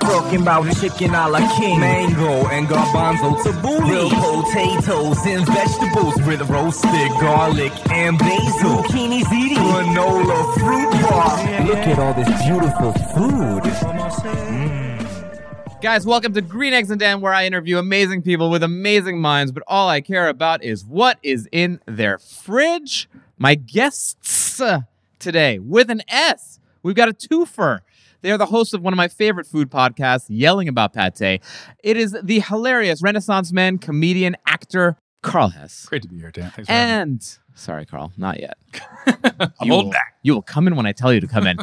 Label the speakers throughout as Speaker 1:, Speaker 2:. Speaker 1: Talking about chicken a la king, mango and garbanzo tabbouleh, real potatoes and vegetables with roasted garlic and basil, zucchinis eating granola fruit bar. Look at all this beautiful food.
Speaker 2: Guys, welcome to Green Eggs and Dan, where I interview amazing people with amazing minds, but all I care about is what is in their fridge. My guests uh, today, with an S, we've got a twofer. They are the hosts of one of my favorite food podcasts, Yelling About Pate. It is the hilarious Renaissance man, comedian, actor, Carl Hess.
Speaker 3: Great to be here, Dan. Thanks for having me.
Speaker 2: And sorry, Carl, not yet.
Speaker 3: I'm
Speaker 2: You
Speaker 3: old
Speaker 2: will-
Speaker 3: back.
Speaker 2: You will come in when I tell you to come in.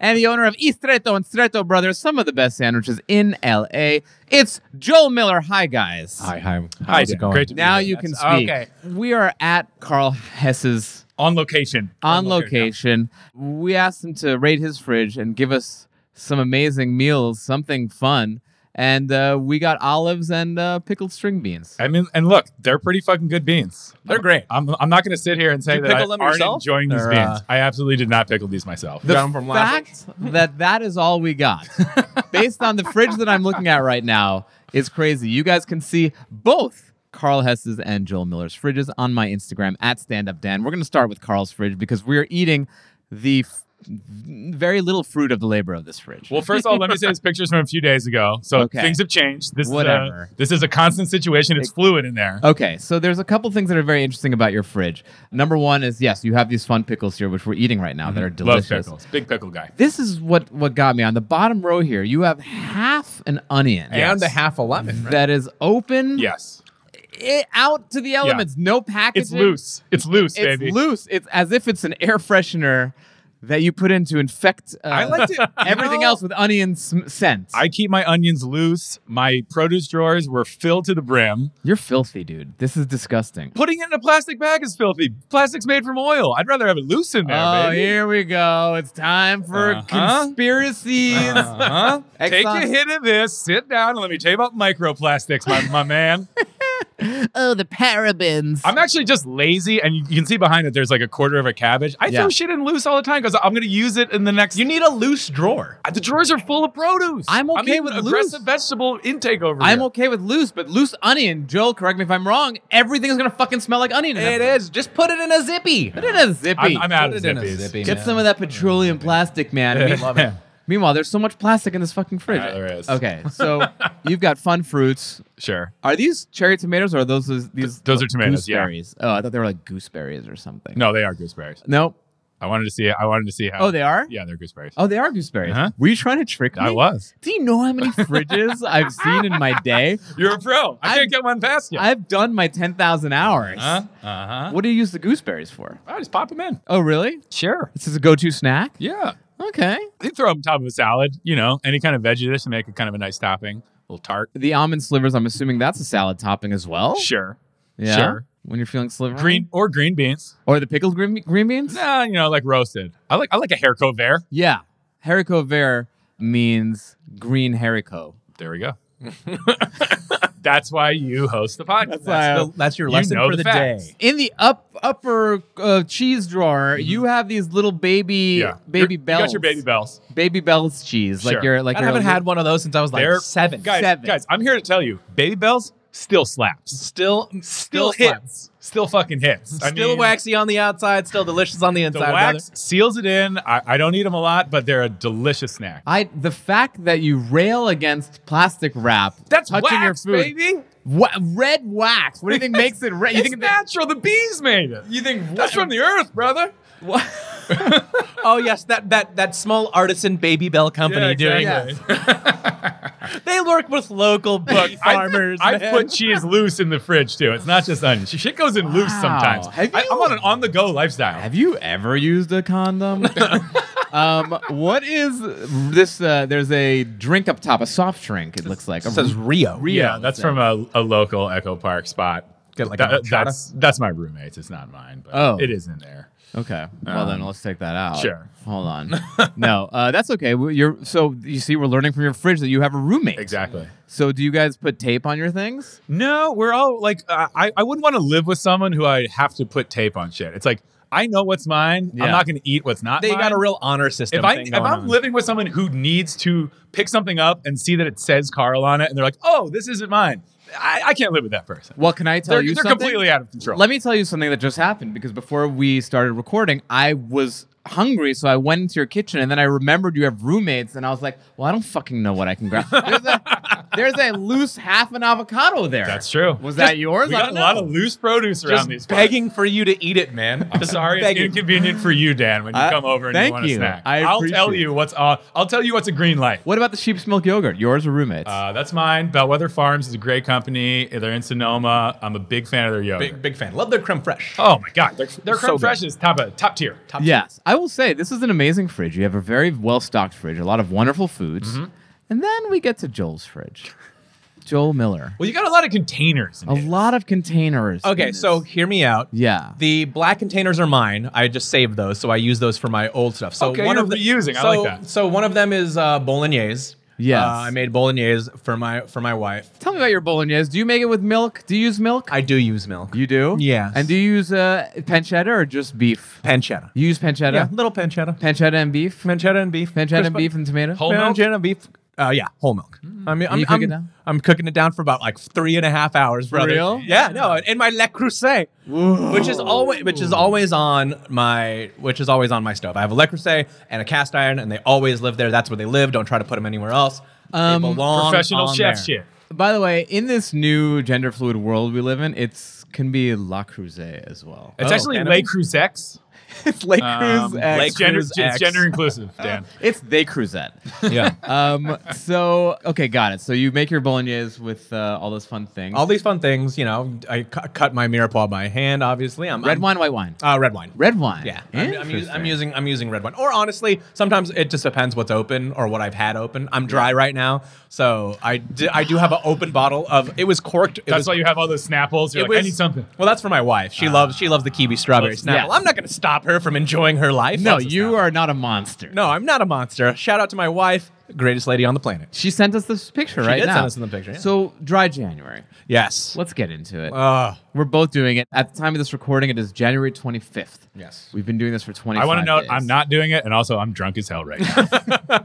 Speaker 2: and the owner of Istretto and Stretto Brothers, some of the best sandwiches in LA. It's Joel Miller. Hi, guys.
Speaker 4: Hi, hi. How's
Speaker 3: Hi,
Speaker 4: it
Speaker 3: Dan.
Speaker 4: going?
Speaker 3: Great to be
Speaker 2: Now
Speaker 3: here.
Speaker 2: you can
Speaker 3: That's- oh,
Speaker 2: speak.
Speaker 3: Okay.
Speaker 2: We are at Carl Hess's
Speaker 3: On location.
Speaker 2: on location. We asked him to rate his fridge and give us some amazing meals, something fun. And uh, we got olives and uh, pickled string beans.
Speaker 3: I mean, and look, they're pretty fucking good beans.
Speaker 4: They're great.
Speaker 3: I'm, I'm not going to sit here and say
Speaker 4: Did you
Speaker 3: that I
Speaker 4: pickle them
Speaker 3: aren't
Speaker 4: yourself?
Speaker 3: enjoying these
Speaker 4: They're,
Speaker 3: beans.
Speaker 4: uh,
Speaker 3: I absolutely did not pickle these myself.
Speaker 4: You got 'em from last week?
Speaker 2: fact that that is all we got, based on the fridge that I'm looking at right now, is crazy. You guys can see both Carl Hess's and Joel Miller's fridges on my Instagram at Stand Up Dan. We're gonna start with Carl's fridge because we are eating the f- very little fruit of the labor of this fridge.
Speaker 3: Well, first of all, let me say this picture's from a few days ago, so
Speaker 2: Okay.
Speaker 3: things have changed. This
Speaker 2: Whatever. Oh,
Speaker 3: is a, this is a constant situation. It's fluid in there.
Speaker 2: Okay, so there's a couple things that are very interesting about your fridge. Number one is yes, you have these fun pickles here, which we're eating right now that
Speaker 4: Mm-hmm.
Speaker 2: are
Speaker 3: Love
Speaker 2: delicious.
Speaker 3: pickles. Big pickle guy.
Speaker 2: This is what what got me on the bottom row here. You have half an onion
Speaker 4: And the half a lemon. Right?
Speaker 2: that is open.
Speaker 3: Yes.
Speaker 2: it out to the elements. No packaging.
Speaker 3: It's loose. It's loose,
Speaker 2: It's
Speaker 3: baby.
Speaker 2: loose. It's as if it's an air freshener that you put in to infect uh,
Speaker 4: I liked it.
Speaker 2: everything else with onion sm- scent.
Speaker 3: I keep my onions loose. My produce drawers were filled to the brim.
Speaker 2: You're filthy, dude. This is disgusting.
Speaker 3: Putting it in a plastic bag is filthy. Plastic's made from oil. I'd rather have it loose in there,
Speaker 2: oh,
Speaker 3: baby.
Speaker 2: here we go. It's time for
Speaker 3: Uh-huh.
Speaker 2: conspiracies.
Speaker 3: Huh? Take
Speaker 2: Exxon-
Speaker 3: a hit of this, sit down, and let me tell you about microplastics, my, my man.
Speaker 2: Oh, the parabens.
Speaker 3: I'm actually just lazy, and you, you can see behind it there's like a quarter of a cabbage. I
Speaker 2: Yeah.
Speaker 3: throw shit in loose all the time because I'm going to use it in the next.
Speaker 4: You need a loose drawer.
Speaker 3: the drawers are full of produce.
Speaker 2: I'm okay
Speaker 3: eating
Speaker 2: with loose.
Speaker 3: aggressive vegetable intake over
Speaker 2: I'm
Speaker 3: here.
Speaker 2: okay with loose, but loose onion. Joel, correct me if I'm wrong. Everything is gonna fucking smell like onion.
Speaker 4: It is. Just put it in a zippy.
Speaker 2: Put it in a zippy.
Speaker 3: I'm, I'm out
Speaker 4: Put
Speaker 3: of
Speaker 4: it in a
Speaker 3: zippies.
Speaker 4: zippy.
Speaker 2: Get
Speaker 4: man.
Speaker 2: some of that petroleum plastic, man. I mean,
Speaker 4: Love it.
Speaker 2: Meanwhile, there's so much plastic in this fucking fridge.
Speaker 3: Yeah, there is.
Speaker 2: Okay, so you've got fun fruits.
Speaker 3: Sure.
Speaker 2: Are these cherry tomatoes or are those those- these? uh,
Speaker 3: those are tomatoes, yeah.
Speaker 2: Gooseberries. Oh, I thought they were like gooseberries or something.
Speaker 3: No, they are gooseberries.
Speaker 2: Nope.
Speaker 3: I wanted to see. I wanted to see how.
Speaker 2: Oh, they are.
Speaker 3: Yeah, they're gooseberries.
Speaker 2: Oh, they are gooseberries.
Speaker 3: Uh-huh.
Speaker 2: Were you trying to trick me?
Speaker 3: I was.
Speaker 2: Do you know how many fridges I've seen in my day?
Speaker 3: You're a pro. I,
Speaker 2: I-
Speaker 3: can't get one past you.
Speaker 2: I've done my ten thousand hours.
Speaker 3: huh? Uh huh.
Speaker 2: What do you use the gooseberries for?
Speaker 3: I just pop them in.
Speaker 2: Oh, really?
Speaker 3: Sure.
Speaker 2: This is a go-to snack.
Speaker 3: Yeah.
Speaker 2: Okay.
Speaker 3: You throw them on top of a salad, you know, any kind of veggie dish to make it kind of a nice topping. little tart.
Speaker 2: The almond slivers. I'm assuming that's a salad topping as well.
Speaker 3: Sure.
Speaker 2: Yeah.
Speaker 3: sure.
Speaker 2: When you're feeling slivery.
Speaker 3: Green or green beans.
Speaker 2: Or the pickled green, green beans.
Speaker 3: Nah, you know, like roasted. I like I like a haricot vert.
Speaker 2: Yeah. Haricot vert means green haricot.
Speaker 3: There we go. That's why you host the podcast.
Speaker 2: why
Speaker 4: That's, the, that's your
Speaker 3: You
Speaker 4: lesson
Speaker 3: know
Speaker 4: for
Speaker 3: the
Speaker 4: the,
Speaker 3: facts. Mm-hmm.
Speaker 4: day.
Speaker 2: In the up upper uh, cheese drawer, you have these little baby
Speaker 3: yeah.
Speaker 2: baby
Speaker 3: You're-
Speaker 2: bells.
Speaker 3: You got your baby bells.
Speaker 2: Baby bells cheese. Like
Speaker 3: Sure.
Speaker 2: you're like
Speaker 4: I
Speaker 2: your
Speaker 4: haven't
Speaker 2: little-
Speaker 4: had one of those since I was like
Speaker 3: They're-
Speaker 4: seven.
Speaker 3: Guys,
Speaker 2: Seven.
Speaker 3: guys, I'm here to tell you, baby bells still slaps.
Speaker 4: Still,
Speaker 3: Still,
Speaker 4: still
Speaker 3: hits. Still fucking hits. I
Speaker 4: Still
Speaker 3: mean,
Speaker 4: waxy on the outside. Still delicious on the
Speaker 3: The
Speaker 4: inside.
Speaker 3: wax
Speaker 4: brother.
Speaker 3: seals it in. I, I don't eat them a lot, but they're a delicious snack.
Speaker 2: I the fact that you rail against plastic wrap
Speaker 3: That's
Speaker 2: touching your
Speaker 3: wax,
Speaker 2: food.
Speaker 3: baby.
Speaker 2: Wha- red wax. What do you think makes it red? You
Speaker 3: It's
Speaker 2: think that-
Speaker 3: natural. The bees made it.
Speaker 4: You think
Speaker 3: That's from the earth, brother.
Speaker 4: Oh yes, that that that small artisan baby bell company doing
Speaker 2: exactly.
Speaker 4: that. They work with local
Speaker 3: Look,
Speaker 4: big farmers.
Speaker 3: I, I
Speaker 4: man.
Speaker 3: put cheese loose in the fridge too. It's not just onions. Shit goes in loose
Speaker 2: Wow.
Speaker 3: sometimes.
Speaker 2: Have
Speaker 3: I,
Speaker 2: you-
Speaker 3: am on an on-the-go lifestyle.
Speaker 2: Have you ever used a condom? um, what is this? Uh, there's a drink up top, a soft drink. It looks like.
Speaker 4: It says Rio.
Speaker 2: Rio.
Speaker 3: yeah, that's from a, a local Echo Park spot. uh,
Speaker 4: Get like a horchata?
Speaker 3: that's that's my roommate's. It's not mine, but
Speaker 2: Oh.
Speaker 3: it is in there.
Speaker 2: Okay. Well, then
Speaker 3: Um,
Speaker 2: let's take that out.
Speaker 3: sure.
Speaker 2: Hold on. no, uh, that's okay. We- You're so you see, we're learning from your fridge that you have a roommate.
Speaker 3: Exactly.
Speaker 2: So, do you guys put tape on your things?
Speaker 3: No, we're all like, uh, I I wouldn't want to live with someone who I have to put tape on shit. It's like I know what's mine.
Speaker 2: Yeah.
Speaker 3: I'm not going to eat what's not.
Speaker 4: They
Speaker 3: mine.
Speaker 4: got a real honor system.
Speaker 3: If I
Speaker 4: thing
Speaker 3: if
Speaker 4: going
Speaker 3: I'm
Speaker 4: on.
Speaker 3: living with someone who needs to pick something up and see that it says Carl on it, and they're like, "Oh, this isn't mine," I, I can't live with that person.
Speaker 2: Well, can I tell
Speaker 3: They're,
Speaker 2: you
Speaker 3: they're
Speaker 2: something?
Speaker 3: completely out of control.
Speaker 2: Let me tell you something that just happened because before we started recording, I was hungry, so I went into your kitchen and then I remembered you have roommates, and I was like, well, I don't fucking know what I can grab. there's, a, there's a loose half an avocado there.
Speaker 3: That's true.
Speaker 2: Was that yours?
Speaker 3: We
Speaker 2: I
Speaker 3: got a
Speaker 2: don't
Speaker 3: lot
Speaker 2: know.
Speaker 3: of loose produce around
Speaker 4: just
Speaker 3: these.
Speaker 4: begging for you to eat it, man.
Speaker 3: I'm sorry, it's
Speaker 4: begging.
Speaker 3: inconvenient for you, Dan, when you
Speaker 2: I-
Speaker 3: come over and
Speaker 2: thank
Speaker 3: you want a
Speaker 2: you.
Speaker 3: snack.
Speaker 2: I
Speaker 3: will tell
Speaker 2: appreciate
Speaker 3: you what's on. I'll tell you what's a green light.
Speaker 2: What about the sheep's milk yogurt? Yours or roommates?
Speaker 3: Uh, that's mine. Bellwether Farms is a great company. They're in Sonoma. I'm a big fan of their yogurt.
Speaker 4: Big big fan. Love their creme fraiche.
Speaker 3: Oh my god, their, their
Speaker 4: So
Speaker 3: creme
Speaker 4: good.
Speaker 3: fraiche is top of top tier. Top
Speaker 2: yes, I will say this is an amazing fridge. You have a very well stocked fridge, a lot of wonderful foods,
Speaker 3: Mm-hmm.
Speaker 2: and then we get to Joel's fridge. Joel Miller,
Speaker 3: Well, you got a lot of containers. In
Speaker 2: a
Speaker 3: here.
Speaker 2: lot of containers. in
Speaker 4: Okay,
Speaker 2: this.
Speaker 4: so hear me out.
Speaker 2: yeah,
Speaker 4: The black containers are mine. I just saved those, so I use those for my old stuff. So
Speaker 3: Okay,
Speaker 4: one
Speaker 3: you're
Speaker 4: of the,
Speaker 3: reusing. I
Speaker 4: so,
Speaker 3: like that.
Speaker 4: So one of them is uh, bolognese.
Speaker 2: Yes.
Speaker 4: Uh, I made bolognese for my for my wife.
Speaker 2: Tell me about your bolognese. Do you make it with milk? Do you use milk?
Speaker 4: I do use milk.
Speaker 2: you do?
Speaker 4: Yes.
Speaker 2: And do you use uh, pancetta or just beef?
Speaker 4: pancetta.
Speaker 2: You use pancetta?
Speaker 4: Yeah, little pancetta.
Speaker 2: Pancetta and beef?
Speaker 4: Pancetta and beef.
Speaker 2: Pancetta and beef and tomato?
Speaker 3: Whole milk?
Speaker 4: Pancetta and beef. Uh, yeah, whole milk. I mean, I'm,
Speaker 2: Mm. you cook
Speaker 4: I'm,
Speaker 2: it down?
Speaker 4: I'm cooking it down for about like three and a half hours, brother.
Speaker 2: real?
Speaker 4: Yeah, no, in my Le Creuset, which is always which is always on my which is always on my stove. I have a Le Creuset and a cast iron, and they always live there. That's where they live. Don't try to put them anywhere else.
Speaker 2: Um,
Speaker 4: they belong
Speaker 3: professional
Speaker 4: on
Speaker 3: chef
Speaker 4: there.
Speaker 3: shit.
Speaker 2: By the way, in this new gender fluid world we live in, it's can be La Creuset as well.
Speaker 3: It's
Speaker 4: Oh,
Speaker 3: actually
Speaker 4: cannabis?
Speaker 3: Le Cruzex.
Speaker 2: It's Lake
Speaker 3: Um,
Speaker 4: Le
Speaker 3: it's gender,
Speaker 4: Cruz
Speaker 3: it's
Speaker 4: X.
Speaker 3: gender inclusive, Dan.
Speaker 2: It's they Cruzette.
Speaker 4: Yeah,
Speaker 2: um, so okay, got it. So you make your bolognese with uh, all those fun things.
Speaker 4: all these fun things. You know, I cu- cut my mirepoix by hand. Obviously, I'm
Speaker 2: red
Speaker 4: I'm-
Speaker 2: wine, white wine,
Speaker 4: Uh, red wine.
Speaker 2: red wine.
Speaker 4: Yeah, I'm, I'm, us- I'm
Speaker 2: Interesting.
Speaker 4: using I'm using red wine. Or honestly, sometimes it just depends what's open or what I've had open. I'm dry right now, so I d- I do have an open bottle of. It was corked. It
Speaker 3: That's
Speaker 4: was,
Speaker 3: why you have all those Snapples. You're
Speaker 4: it
Speaker 3: like, I
Speaker 4: was-
Speaker 3: need something.
Speaker 4: Well, that's for my wife. She loves she loves the kiwi strawberry
Speaker 3: Loves-
Speaker 4: snapple.
Speaker 2: Ah. yeah.
Speaker 4: I'm not going to stop her from enjoying her life.
Speaker 2: No,
Speaker 4: Loves the
Speaker 2: you
Speaker 4: Snapple.
Speaker 2: are not a monster.
Speaker 4: No, I'm not a monster. Shout out to my wife, greatest lady on the planet.
Speaker 2: She sent us this picture right
Speaker 4: did
Speaker 2: now.
Speaker 4: send us the picture, yeah.
Speaker 2: So dry January.
Speaker 4: Yes.
Speaker 2: Let's get into it.
Speaker 4: Uh,
Speaker 2: We're both doing it at the time of this recording. It is January 25th.
Speaker 4: Yes.
Speaker 2: we've been doing this for 20.
Speaker 3: I want to know.
Speaker 2: Days.
Speaker 3: I'm not doing it, and also I'm drunk as hell right now.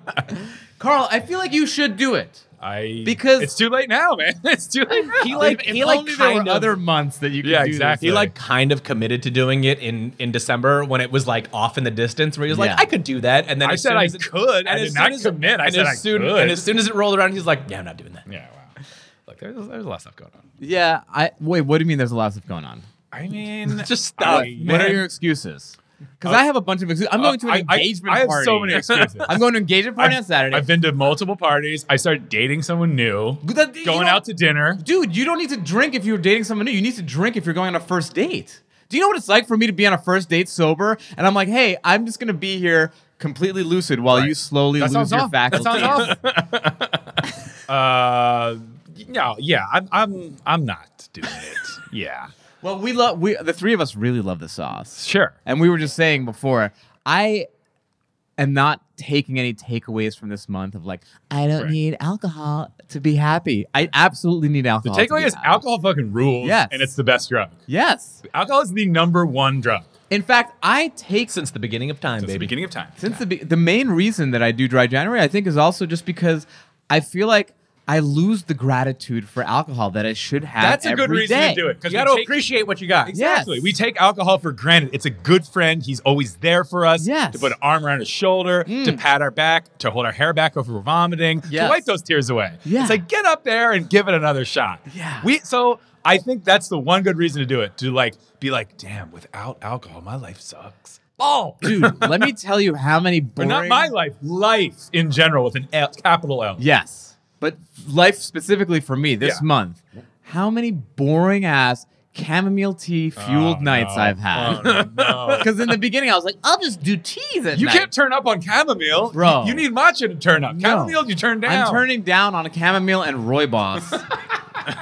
Speaker 2: Carl. I feel like you should do it.
Speaker 3: I
Speaker 2: Because-
Speaker 3: it's too late now, man. It's too late. Now.
Speaker 4: he like
Speaker 2: if if
Speaker 4: he like
Speaker 2: only there were
Speaker 4: kind of-
Speaker 2: other months that you could
Speaker 3: Yeah,
Speaker 2: do
Speaker 3: exactly.
Speaker 4: He
Speaker 3: Sorry.
Speaker 4: like kind of committed to doing it in in December when it was like off in the distance, where he was like,
Speaker 2: Yeah.
Speaker 4: I could do that, and then
Speaker 3: I
Speaker 4: as
Speaker 3: said
Speaker 4: soon
Speaker 3: I
Speaker 4: as it-
Speaker 3: could. I
Speaker 4: and
Speaker 3: did
Speaker 4: as
Speaker 3: not
Speaker 4: soon as it-
Speaker 3: commit. I
Speaker 4: and
Speaker 3: said
Speaker 4: as
Speaker 3: I
Speaker 4: soon,
Speaker 3: could.
Speaker 4: And as soon as it rolled around, he's like, Yeah, I'm not doing that.
Speaker 3: yeah. Wow.
Speaker 4: Like there's there's a lot of stuff going on.
Speaker 2: this. Yeah. I wait. What do you mean? There's a lot of stuff going on.
Speaker 3: I mean,
Speaker 4: Just stop.
Speaker 3: I-
Speaker 2: What are
Speaker 3: Man.
Speaker 2: your excuses? Because I have a bunch of excuses. I'm going to an
Speaker 3: I- I-
Speaker 2: engagement
Speaker 3: I have
Speaker 2: party.
Speaker 3: so many excuses.
Speaker 2: I'm going to an engagement party on Saturday.
Speaker 3: I've been to multiple parties. I started dating someone new.
Speaker 2: That- you
Speaker 3: Going
Speaker 2: don't-
Speaker 3: out to dinner.
Speaker 2: Dude, you don't need to drink if you're dating someone new. You need to drink if you're going on a first date. Do you know what it's like for me to be on a first date sober? And I'm like, hey, I'm just gonna be here completely lucid while you slowly
Speaker 3: That
Speaker 2: lose
Speaker 3: sounds
Speaker 2: your
Speaker 3: awful.
Speaker 2: faculty.
Speaker 3: That sounds awful. uh, no, yeah, I'm, I'm, I'm not doing it. Yeah,
Speaker 2: Well, we love we the three of us really love the sauce.
Speaker 3: sure.
Speaker 2: And we were just saying before, I am not taking any takeaways from this month of like, I don't
Speaker 3: Right.
Speaker 2: need alcohol to be happy. I absolutely need
Speaker 3: The
Speaker 2: alcohol. to
Speaker 3: takeaway
Speaker 2: be
Speaker 3: is
Speaker 2: happy.
Speaker 3: alcohol fucking rules.
Speaker 2: Yes.
Speaker 3: and it's the best drug.
Speaker 2: Yes.
Speaker 3: Alcohol is the number one drug
Speaker 2: In fact, I take
Speaker 4: Since the beginning of time,
Speaker 3: since the
Speaker 4: baby.
Speaker 3: beginning of time.
Speaker 2: Since the be- the main reason that I do dry January, I think, is also just because I feel like I lose the gratitude for alcohol that I should have.
Speaker 3: That's a good
Speaker 2: every
Speaker 3: reason
Speaker 2: day.
Speaker 3: to do it. 'cause
Speaker 4: You
Speaker 3: we
Speaker 4: got to
Speaker 3: take-
Speaker 4: appreciate what you got.
Speaker 2: Yeah.
Speaker 3: Exactly.
Speaker 2: Yes.
Speaker 3: We take alcohol for granted. It's a good friend. He's always there for us.
Speaker 2: Yes. Mm.
Speaker 3: To put an arm around his shoulder, to pat our back, to hold our hair back if we're vomiting,
Speaker 2: Yes.
Speaker 3: to wipe those tears away.
Speaker 2: Yeah.
Speaker 3: It's like get up there and give it another shot.
Speaker 2: Yeah.
Speaker 3: We so I think that's the one good reason to do it. To like be like, damn, without alcohol, my life sucks. Ball.
Speaker 2: Oh, Dude, let me tell you how many
Speaker 3: But
Speaker 2: boring.
Speaker 3: not my life. Life in general with an L, capital L.
Speaker 2: Yes, but life specifically for me this
Speaker 3: Yeah.
Speaker 2: month. How many boring ass chamomile tea fueled
Speaker 3: Oh,
Speaker 2: nights
Speaker 3: no.
Speaker 2: I've had?
Speaker 3: Oh, no.
Speaker 2: Because in the beginning I was like, I'll just do teas at
Speaker 3: You
Speaker 2: night.
Speaker 3: can't turn up on chamomile.
Speaker 2: Bro.
Speaker 3: You, you need matcha to turn up.
Speaker 2: No.
Speaker 3: Chamomile, you turn down.
Speaker 2: I'm turning down on a chamomile and rooibos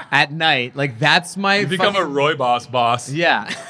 Speaker 2: at night. Like that's my
Speaker 3: You become
Speaker 2: fucking-
Speaker 3: a Roy Boss boss.
Speaker 2: Yeah.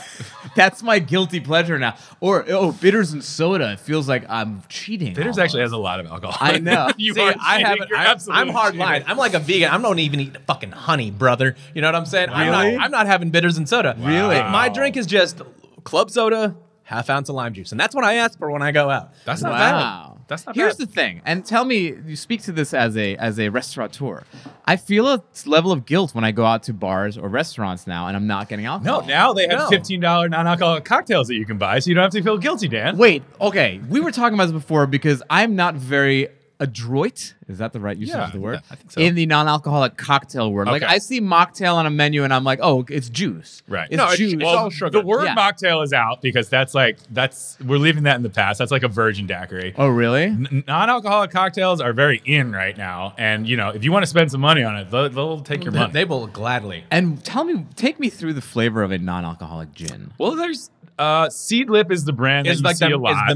Speaker 2: That's my guilty pleasure now. Or oh, bitters and soda. It feels like I'm cheating.
Speaker 3: Bitters
Speaker 2: almost.
Speaker 3: actually has a lot of alcohol.
Speaker 2: I know.
Speaker 3: you
Speaker 4: See,
Speaker 3: are
Speaker 4: I
Speaker 3: cheating.
Speaker 4: haven't.
Speaker 3: You're
Speaker 4: I,
Speaker 3: absolutely
Speaker 4: I'm hard
Speaker 3: cheating.
Speaker 4: line. I'm like a vegan. I don't even eat fucking honey, brother. You know what I'm saying? I'm,
Speaker 2: Really?
Speaker 4: not, I'm not having bitters and soda.
Speaker 2: Really?
Speaker 4: My drink is just club soda, half ounce of lime juice, and that's what I ask for when I go out.
Speaker 3: That's not
Speaker 2: Wow.
Speaker 3: bad. That's not
Speaker 2: Here's
Speaker 3: bad.
Speaker 2: the thing, and tell me, you speak to this as a as a restaurateur. I feel a level of guilt when I go out to bars or restaurants now, and I'm not getting alcohol.
Speaker 3: no, now they have
Speaker 4: Oh, No.
Speaker 3: $15 non-alcoholic cocktails that you can buy, so you don't have to feel guilty, Dan.
Speaker 2: Wait, okay. We were talking about this before because I'm not very adroit. Is that the right usage
Speaker 3: Yeah,
Speaker 2: of the word?
Speaker 3: yeah, I think so.
Speaker 2: In the non-alcoholic cocktail world, like
Speaker 3: Okay.
Speaker 2: I see mocktail on a menu, and I'm like, oh, it's juice.
Speaker 3: Right.
Speaker 2: It's
Speaker 3: No, it's-
Speaker 2: juice.
Speaker 3: well, The word
Speaker 2: Yeah.
Speaker 3: mocktail is out because that's like that's we're leaving that in the past. That's like a virgin daiquiri.
Speaker 2: oh, really?
Speaker 3: N- non-alcoholic cocktails are very in right now, and you know if you want to spend some money on it, they'll, they'll take your
Speaker 4: They,
Speaker 3: money.
Speaker 4: they will gladly.
Speaker 2: And tell me, take me through the flavor of a non-alcoholic gin.
Speaker 3: well, there's uh, Seed Lip is the brand that
Speaker 4: Is
Speaker 3: you
Speaker 4: like
Speaker 3: see
Speaker 4: the,
Speaker 3: a lot.
Speaker 4: is the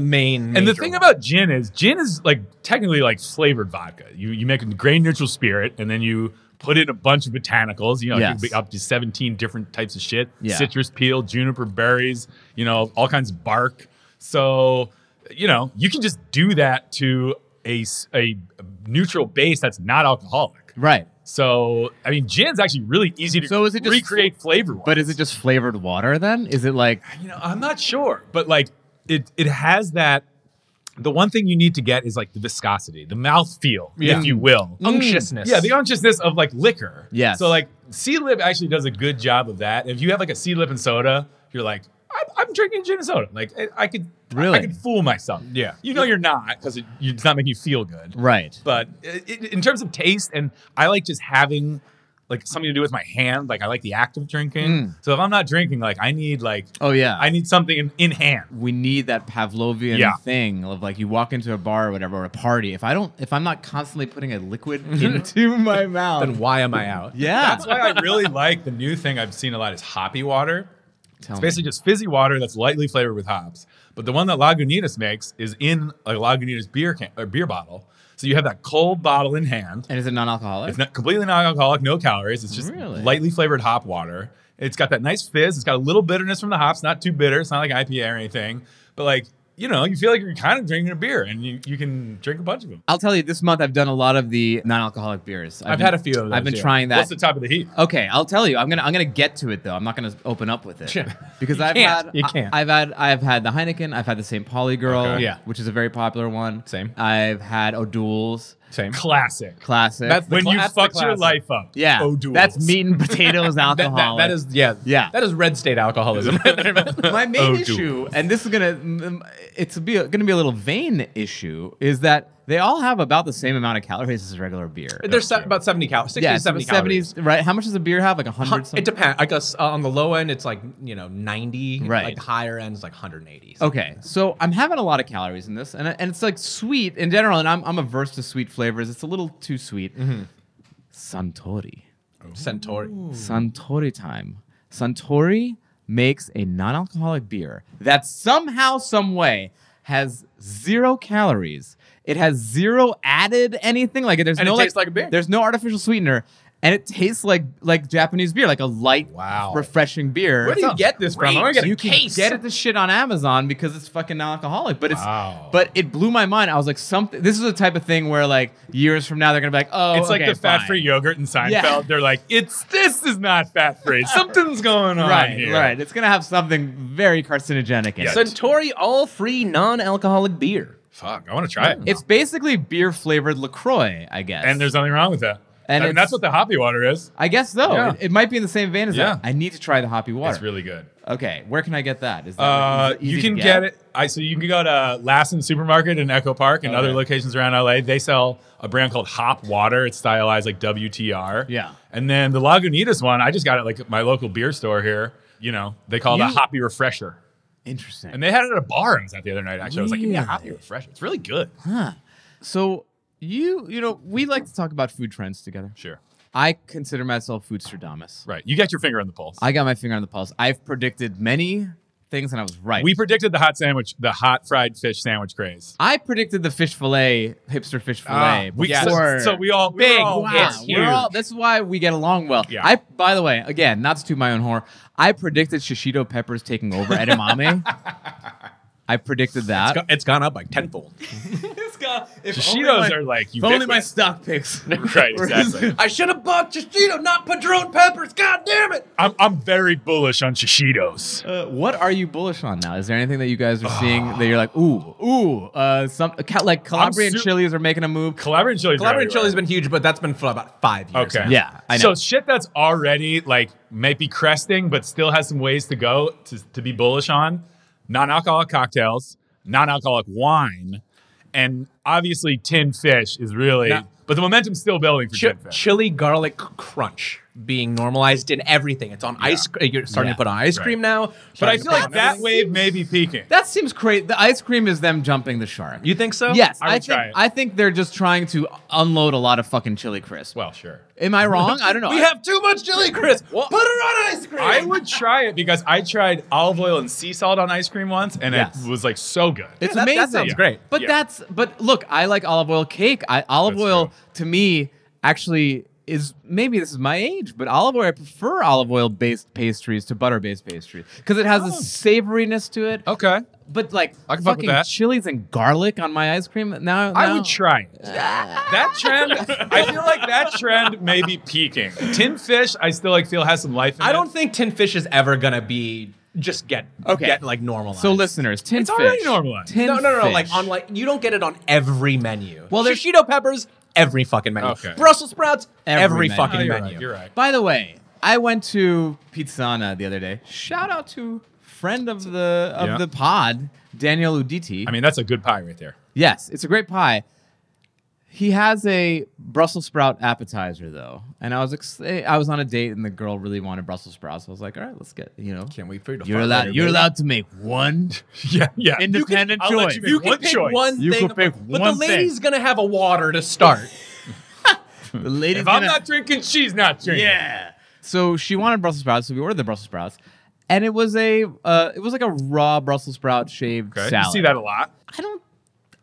Speaker 3: and
Speaker 4: main.
Speaker 3: the
Speaker 4: major
Speaker 3: thing
Speaker 4: one.
Speaker 3: about gin is gin is like technically like flavored vodka. You you make a grain neutral spirit, and then you put in a bunch of botanicals. You know,
Speaker 2: Yes.
Speaker 3: you could be up to seventeen different types of shit:
Speaker 2: Yeah.
Speaker 3: citrus peel, juniper berries. You know, all kinds of bark. So you know, you can just do that to a s- a neutral base that's not alcoholic.
Speaker 2: Right.
Speaker 3: So I mean, gin's actually really easy to
Speaker 2: So is it just-
Speaker 3: recreate flavor. wise.
Speaker 2: But is it just flavored water then? Is it like
Speaker 3: You know, I'm not sure, but like it it has that. The one thing you need to get is like the viscosity, the mouth feel,
Speaker 4: Yeah.
Speaker 3: if you will.
Speaker 4: unctuousness.
Speaker 3: Yeah, the unctuousness of like liquor.
Speaker 2: Mm. Yes.
Speaker 3: So like Sea Lip actually does a good job of that. If you have like a Sea Lip and soda, you're like, I'm, I'm drinking gin and soda. Like I, I could
Speaker 2: Really?
Speaker 3: I could fool myself.
Speaker 4: Yeah.
Speaker 3: You know you're not because it, you- it's not making you feel good.
Speaker 2: right?
Speaker 3: But i i in terms of taste, and I like just having like something to do with my hand. Like I like the act of drinking.
Speaker 2: Mm.
Speaker 3: So if I'm not drinking, like I need like
Speaker 2: Oh yeah.
Speaker 3: I need something in, in hand.
Speaker 2: we need that Pavlovian
Speaker 3: Yeah.
Speaker 2: thing of like you walk into a bar or whatever or a party. If I don't, if I'm not constantly putting a liquid into my mouth,
Speaker 4: Then why am I out?
Speaker 2: yeah,
Speaker 3: That's why I really like the new thing I've seen a lot is hoppy water.
Speaker 2: Tell
Speaker 3: It's
Speaker 2: me.
Speaker 3: basically just fizzy water that's lightly flavored with hops. But the one that Lagunitas makes is in a Lagunitas beer can or beer bottle. So you have that cold bottle in hand.
Speaker 2: and is it non-alcoholic?
Speaker 3: It's not completely non-alcoholic, no calories. It's just
Speaker 2: Really?
Speaker 3: lightly flavored hop water. It's got that nice fizz. It's got a little bitterness from the hops, not too bitter. It's not like IPA or anything. But like, you know, you feel like you're kind of drinking a beer and you, you can drink a bunch of them.
Speaker 2: I'll tell you, this month I've done a lot of the non-alcoholic beers.
Speaker 4: I've
Speaker 2: been-
Speaker 4: had a few of
Speaker 2: I've
Speaker 4: those,
Speaker 2: been
Speaker 4: yeah.
Speaker 2: trying that.
Speaker 3: What's the top of the heap?
Speaker 2: okay, I'll tell you. I'm gonna I'm gonna get to it though. I'm not gonna open up with it
Speaker 4: You
Speaker 2: because I've
Speaker 4: can't.
Speaker 2: had
Speaker 4: You can't.
Speaker 2: I, have had I've had the Heineken. I've had the St. Pauli Girl,
Speaker 3: Okay.
Speaker 4: Yeah.
Speaker 2: which is a very popular one.
Speaker 4: Same.
Speaker 2: I've had O'Doul's
Speaker 4: Same.
Speaker 3: Classic.
Speaker 2: classic.
Speaker 4: That's the
Speaker 3: when
Speaker 4: cla-
Speaker 3: you
Speaker 4: that's the
Speaker 3: fucked your
Speaker 4: classic.
Speaker 3: life up.
Speaker 2: yeah,
Speaker 3: O'Doul's.
Speaker 2: that's meat and potatoes
Speaker 4: That,
Speaker 2: alcohol.
Speaker 4: that, that is yeah
Speaker 2: Yeah.
Speaker 4: That is red state alcoholism.
Speaker 2: my main
Speaker 3: Oh, dude.
Speaker 2: issue, and this is gonna mm, it's be gonna be a little vain issue, is that they all have about the same amount of calories as regular beer.
Speaker 4: There's se- about seventy calories, sixty
Speaker 2: yeah,
Speaker 4: to seventy calories.
Speaker 2: 70s, right? How much does a beer have? Like a
Speaker 4: Hun-
Speaker 2: hundred.
Speaker 4: It depends. I guess uh, on the low end, it's like you know ninety.
Speaker 2: Right. Oh.
Speaker 4: Like the higher end is like hundred and eighty.
Speaker 2: Okay, so I'm having a lot of calories in this, and, and it's like sweet in general, and I'm, I'm averse to sweet flavors. It's a little too sweet.
Speaker 4: Mm-hmm.
Speaker 2: Santori.
Speaker 4: Centauri.
Speaker 2: Santori time. Santori makes a non-alcoholic beer that somehow, some way, has zero calories. It has zero added anything. Like there's
Speaker 4: And it
Speaker 2: no
Speaker 4: tastes like a beer.
Speaker 2: There's no artificial sweetener, and it tastes like like Japanese beer, like a light,
Speaker 4: Wow.
Speaker 2: refreshing beer.
Speaker 4: Where do you
Speaker 3: sounds
Speaker 4: get this from? I'm gonna
Speaker 3: great.
Speaker 4: get a
Speaker 2: You can
Speaker 4: case.
Speaker 2: get it this shit on Amazon because it's fucking non-alcoholic. But it's
Speaker 3: Wow.
Speaker 2: but it blew my mind. I was like, something. This is the type of thing where like years from now they're gonna be like, oh,
Speaker 3: It's like
Speaker 2: okay,
Speaker 3: the fat
Speaker 2: fine.
Speaker 3: free yogurt in Seinfeld.
Speaker 2: Yeah.
Speaker 3: They're like, it's this is not fat free. Something's going on
Speaker 2: Right,
Speaker 3: here.
Speaker 2: right. It's gonna have something very carcinogenic in it.
Speaker 3: Yeah.
Speaker 4: Centauri all free non-alcoholic beer.
Speaker 3: Fuck, I want to try it.
Speaker 2: It's basically beer flavored Lacroix, I guess.
Speaker 3: and there's nothing wrong with that.
Speaker 2: And
Speaker 3: And I
Speaker 2: it's-
Speaker 3: mean, that's what the hoppy water is.
Speaker 2: I guess though,
Speaker 3: Yeah.
Speaker 2: it, it might be in the same vein as
Speaker 3: Yeah.
Speaker 2: that. I need to try the hoppy water.
Speaker 3: It's really good.
Speaker 2: okay, where can I get that? Is that
Speaker 3: Uh,
Speaker 2: like, easy-
Speaker 3: you
Speaker 2: easy
Speaker 3: can
Speaker 2: to
Speaker 3: get? it. I so you can go to Lassen Supermarket in Echo Park and other
Speaker 2: Okay.
Speaker 3: locations around LA. They sell a brand called Hop Water. It's stylized like WTR.
Speaker 2: Yeah.
Speaker 3: And then the Lagunitas one, I just got it like at my local beer store here. You know, they call it
Speaker 2: You-
Speaker 3: a hoppy refresher.
Speaker 2: Interesting.
Speaker 3: And they had it at a bar I was at the other night. Actually, I was like, "Give me a
Speaker 2: Really?
Speaker 3: hoppy refresher. It's really good."
Speaker 2: so you, you know, we like to talk about food trends together.
Speaker 3: Sure.
Speaker 2: I consider myself foodstradamus.
Speaker 3: Right. You got your finger on the pulse.
Speaker 2: I got my finger on the pulse. I've predicted many things, and I was right.
Speaker 3: we predicted the hot sandwich, the hot fried fish sandwich craze.
Speaker 2: I predicted the fish fillet, hipster fish
Speaker 3: Ah,
Speaker 2: fillet.
Speaker 3: we- so-
Speaker 2: before-
Speaker 3: so we all- we were
Speaker 5: Oh,
Speaker 2: big.
Speaker 3: all-
Speaker 2: wow.
Speaker 3: it's
Speaker 2: We're all- that's why we get along well.
Speaker 3: Yeah.
Speaker 2: I, by the way, again, not to toot my own horn, I predicted shishito peppers taking over edamame. I predicted that.
Speaker 4: It's go- it's gone up like tenfold.
Speaker 5: It's got- if
Speaker 3: Shishitos
Speaker 5: only my-
Speaker 3: are like
Speaker 5: If only my
Speaker 3: ubiquitous.
Speaker 5: stock picks.
Speaker 3: Right, exactly.
Speaker 4: I should have bought Chishito, not Padron Peppers. God damn it!
Speaker 3: I'm, I'm very bullish on Shishitos.
Speaker 2: Uh, what are you bullish on now? Is there anything that you guys are seeing that you're like, ooh, ooh, uh, some ca- like Calabrian
Speaker 3: su-
Speaker 2: chilies are making a move?
Speaker 3: Collaborating chili's
Speaker 4: Collaborative
Speaker 3: chili's
Speaker 4: chili's been huge, but that's been for about five years.
Speaker 3: Okay.
Speaker 4: now.
Speaker 2: Yeah, I know.
Speaker 3: So shit that's already like maybe cresting, but still has some ways to go to, to be bullish on. Non-alcoholic cocktails, non-alcoholic wine, and obviously tin fish is really.
Speaker 4: Now-
Speaker 3: but the momentum's still building for
Speaker 4: Chi-
Speaker 3: tin fish.
Speaker 4: chili garlic crunch being normalized in everything. It's on ice. cr- You're starting
Speaker 2: Yeah.
Speaker 4: to put on ice
Speaker 3: Right.
Speaker 4: cream now.
Speaker 3: But I
Speaker 4: Starting to
Speaker 3: feel
Speaker 4: put
Speaker 3: like
Speaker 4: on
Speaker 3: that
Speaker 4: everything.
Speaker 3: wave may be peaking.
Speaker 2: that seems crazy. The ice cream is them jumping the shark.
Speaker 4: You think so?
Speaker 2: yes,
Speaker 3: I would
Speaker 2: I,
Speaker 3: try
Speaker 2: think
Speaker 3: it.
Speaker 2: I think they're just trying to unload a lot of fucking chili crisp.
Speaker 3: Well, sure.
Speaker 2: Am I wrong? I don't know.
Speaker 4: We have too much chili, Chris.
Speaker 2: Well-
Speaker 4: put it on ice cream.
Speaker 3: I would try it because I tried olive oil and sea salt on ice cream once, and
Speaker 2: Yes.
Speaker 3: it was like so good.
Speaker 2: It's
Speaker 4: Yeah, that-
Speaker 2: amazing.
Speaker 4: that sounds great.
Speaker 2: But
Speaker 3: Yeah.
Speaker 2: that's but look, I like olive oil cake. I, olive
Speaker 3: That's
Speaker 2: oil
Speaker 3: true.
Speaker 2: to me actually is maybe this is my age, but olive oil I prefer olive oil based pastries to butter based pastries because it has a savoriness to it.
Speaker 3: okay.
Speaker 2: But like
Speaker 3: Oh. I can fuck with
Speaker 2: fucking
Speaker 3: that.
Speaker 2: chilies and garlic on my ice cream now.
Speaker 3: I
Speaker 2: now-
Speaker 3: would try it. That trend, I feel like that trend may be peaking. Tin fish, I still like feel has some life. In
Speaker 4: I
Speaker 3: it.
Speaker 4: don't think tin fish is ever gonna be just get
Speaker 2: Okay.
Speaker 4: get like normalized.
Speaker 2: So listeners, tin
Speaker 3: It's
Speaker 2: fish.
Speaker 3: already normalized.
Speaker 2: Tin
Speaker 4: no, no, no, no.
Speaker 2: fish.
Speaker 4: Like on like you don't get it on every menu.
Speaker 2: Well,
Speaker 4: Well,
Speaker 2: there's-
Speaker 4: there's Shishito peppers every fucking menu.
Speaker 3: Okay.
Speaker 4: Brussels sprouts
Speaker 2: Every
Speaker 4: every,
Speaker 2: menu.
Speaker 3: Oh,
Speaker 4: fucking
Speaker 3: you're
Speaker 4: menu.
Speaker 3: right. You're right.
Speaker 2: By the way, I went to Pizzana the other day. Shout out to friend of the of
Speaker 3: Yeah.
Speaker 2: the pod, Daniel Uditi.
Speaker 3: I mean, that's a good pie right there.
Speaker 2: Yes, it's a great pie. He has a Brussels sprout appetizer though, and I was ex- I was on a date and the girl really wanted Brussels sprouts. So I was like, all right, let's get you know.
Speaker 4: Can't wait for you to
Speaker 2: You're
Speaker 4: fuck
Speaker 2: allowed.
Speaker 4: later,
Speaker 2: you're
Speaker 4: baby.
Speaker 2: allowed to make one.
Speaker 3: Yeah, yeah.
Speaker 2: Independent
Speaker 3: you can, I'll let
Speaker 2: choice.
Speaker 3: you make
Speaker 4: You can
Speaker 3: one
Speaker 4: pick
Speaker 3: choice.
Speaker 4: one
Speaker 2: You
Speaker 4: thing,
Speaker 2: can pick
Speaker 4: but
Speaker 2: one
Speaker 4: the
Speaker 2: thing.
Speaker 4: lady's gonna have a water to start.
Speaker 2: The lady's
Speaker 3: If I'm
Speaker 2: gonna-
Speaker 3: not drinking, she's not drinking.
Speaker 2: Yeah. So she wanted Brussels sprouts, so we ordered the Brussels sprouts, and it was a uh, it was like a raw Brussels sprout shaved
Speaker 3: Okay.
Speaker 2: salad.
Speaker 3: You see that a lot.
Speaker 2: I don't.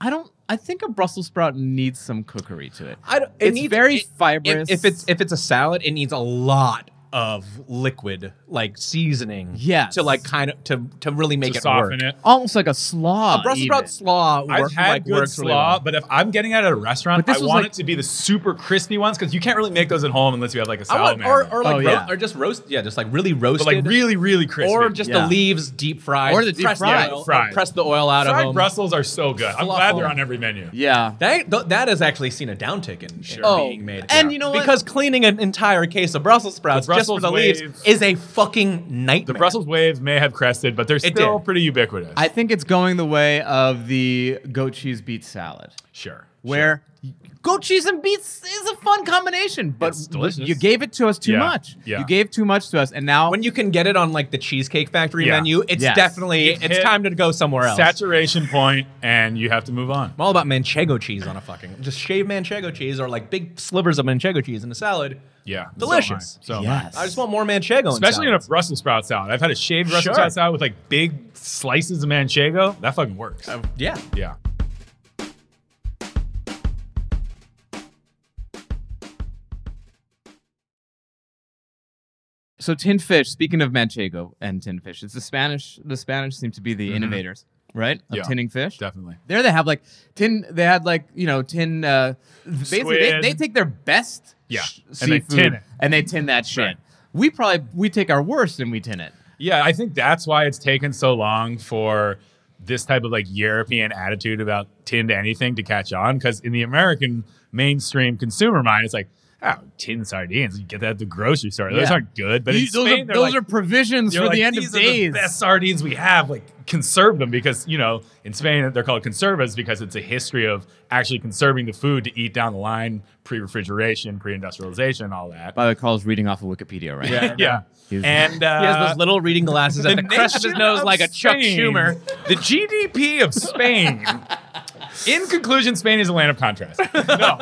Speaker 2: I don't. I think a Brussels sprout needs some cookery to it.
Speaker 4: I don't, it
Speaker 2: it's
Speaker 4: needs-
Speaker 2: very
Speaker 4: it- if-
Speaker 2: fibrous.
Speaker 4: If, it's if it's a salad, it needs a lot of liquid, like seasoning,
Speaker 2: Yes.
Speaker 4: to like kind of to to really make
Speaker 3: To
Speaker 4: it
Speaker 3: soften
Speaker 4: work.
Speaker 3: it.
Speaker 2: almost like a slaw.
Speaker 4: A Brussels sprout
Speaker 2: Uh, even.
Speaker 4: slaw
Speaker 3: I've
Speaker 4: work,
Speaker 3: had
Speaker 4: like
Speaker 3: good
Speaker 4: works
Speaker 3: slaw,
Speaker 4: really well.
Speaker 3: but if I'm getting it at a restaurant,
Speaker 2: But this
Speaker 3: I
Speaker 2: was
Speaker 3: want it
Speaker 2: like-
Speaker 3: to be the super crispy ones because you can't really make those at home unless you have like a
Speaker 4: I
Speaker 3: salad.
Speaker 4: want, or, or like
Speaker 2: Oh,
Speaker 4: ro-
Speaker 2: yeah.
Speaker 4: or just roast, yeah, just like really roasted,
Speaker 3: but like really, really crispy.
Speaker 4: or just
Speaker 2: Yeah.
Speaker 4: the leaves deep fried,
Speaker 2: Or the deep
Speaker 4: press
Speaker 2: fried.
Speaker 4: oil,
Speaker 3: Fried.
Speaker 4: press the oil out of
Speaker 3: fried
Speaker 4: them.
Speaker 3: Brussels are so good. I'm glad they're on every menu.
Speaker 2: Yeah.
Speaker 4: That, th- that has actually seen a downtick in, in
Speaker 2: Oh,
Speaker 4: being made.
Speaker 2: and you know what?
Speaker 4: Because cleaning an entire case of Brussels sprouts just for
Speaker 3: Brussels
Speaker 4: the
Speaker 3: wave-
Speaker 4: leaves is a fucking nightmare.
Speaker 3: The Brussels wave may have crested, but they're still
Speaker 4: did.
Speaker 3: pretty ubiquitous.
Speaker 2: I think it's going the way of the goat cheese beet salad,
Speaker 3: sure.
Speaker 2: where goat cheese and beets is a fun combination, but
Speaker 3: It's delicious.
Speaker 2: you gave it to us too
Speaker 3: Yeah,
Speaker 2: much.
Speaker 3: yeah.
Speaker 2: You gave too much to us, and now
Speaker 4: when you can get it on like the Cheesecake Factory
Speaker 3: Yeah.
Speaker 4: menu, it's
Speaker 2: Yes.
Speaker 4: definitely
Speaker 3: You've
Speaker 4: it's
Speaker 3: hit
Speaker 4: time to go somewhere else.
Speaker 3: Saturation point, and you have to move on.
Speaker 4: I'm all about manchego cheese on a fucking just shave manchego cheese or like big slivers of manchego cheese in a salad.
Speaker 3: Yeah,
Speaker 4: Delicious.
Speaker 3: So am I. So am I.
Speaker 2: yes,
Speaker 4: I just want more manchego,
Speaker 3: Especially in a
Speaker 4: salads.
Speaker 3: Brussels sprout salad. I've had a shaved Brussels
Speaker 4: Sure.
Speaker 3: sprout salad with like big slices of manchego. That fucking works.
Speaker 2: Oh.
Speaker 4: yeah.
Speaker 3: yeah.
Speaker 2: So tin fish. Speaking of manchego and tin fish, it's the Spanish. The Spanish seem to be
Speaker 4: Mm-hmm.
Speaker 2: the innovators, right? Of
Speaker 3: Yeah.
Speaker 2: tinning fish.
Speaker 3: Definitely.
Speaker 2: There they have like tin. They had like you know tin. Uh, basically, they,
Speaker 3: Squid.
Speaker 2: they take their best
Speaker 3: Yeah.
Speaker 2: sh-
Speaker 3: And they
Speaker 2: seafood
Speaker 3: tin it.
Speaker 2: and they tin that shit.
Speaker 3: Right.
Speaker 2: We probably we take our worst and we tin it.
Speaker 3: Yeah, I think that's why it's taken so long for this type of like European attitude about tin to anything to catch on. Because in the American mainstream consumer mind, it's like, oh, tin sardines. You get that at the grocery store. Those
Speaker 2: Yeah.
Speaker 3: aren't good. But in
Speaker 2: You- those
Speaker 3: Spain,
Speaker 2: are,
Speaker 3: they're
Speaker 2: those
Speaker 3: like-
Speaker 2: are provisions
Speaker 3: they're
Speaker 2: for
Speaker 3: like,
Speaker 2: the end
Speaker 3: These
Speaker 2: of
Speaker 3: are
Speaker 2: days.
Speaker 3: The best sardines we have. Like conserve them because you know in Spain they're called conservas because it's a history of actually conserving the food to eat down the line, pre-refrigeration, pre-industrialization, all that.
Speaker 2: By the way, Carl's reading off of Wikipedia, right?
Speaker 3: yeah, yeah.
Speaker 2: He's-
Speaker 3: and uh,
Speaker 4: He has those little reading glasses at the crest of his
Speaker 3: nation
Speaker 4: nose
Speaker 3: of
Speaker 4: like a Chuck
Speaker 3: Spain.
Speaker 4: Schumer.
Speaker 3: The GDP of Spain. In conclusion, Spain is a land of contrast. No.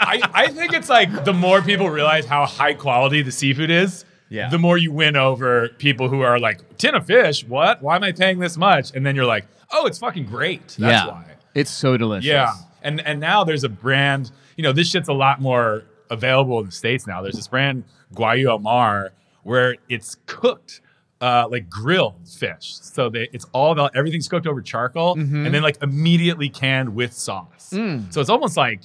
Speaker 3: I, I think it's like the more people realize how high quality the seafood is,
Speaker 2: Yeah.
Speaker 3: the more you win over people who are like, tin of fish, what? Why am I paying this much? And then you're like, oh, it's fucking great. That's
Speaker 2: yeah.
Speaker 3: why.
Speaker 2: It's so delicious.
Speaker 3: Yeah. And and now there's a brand, you know, this shit's a lot more available in the States now. There's this brand, Guayuamar, where it's cooked uh, like grilled fish. So they, it's all about everything's cooked over charcoal
Speaker 2: Mm-hmm.
Speaker 3: and then like immediately canned with sauce.
Speaker 2: Mm.
Speaker 3: So it's almost like,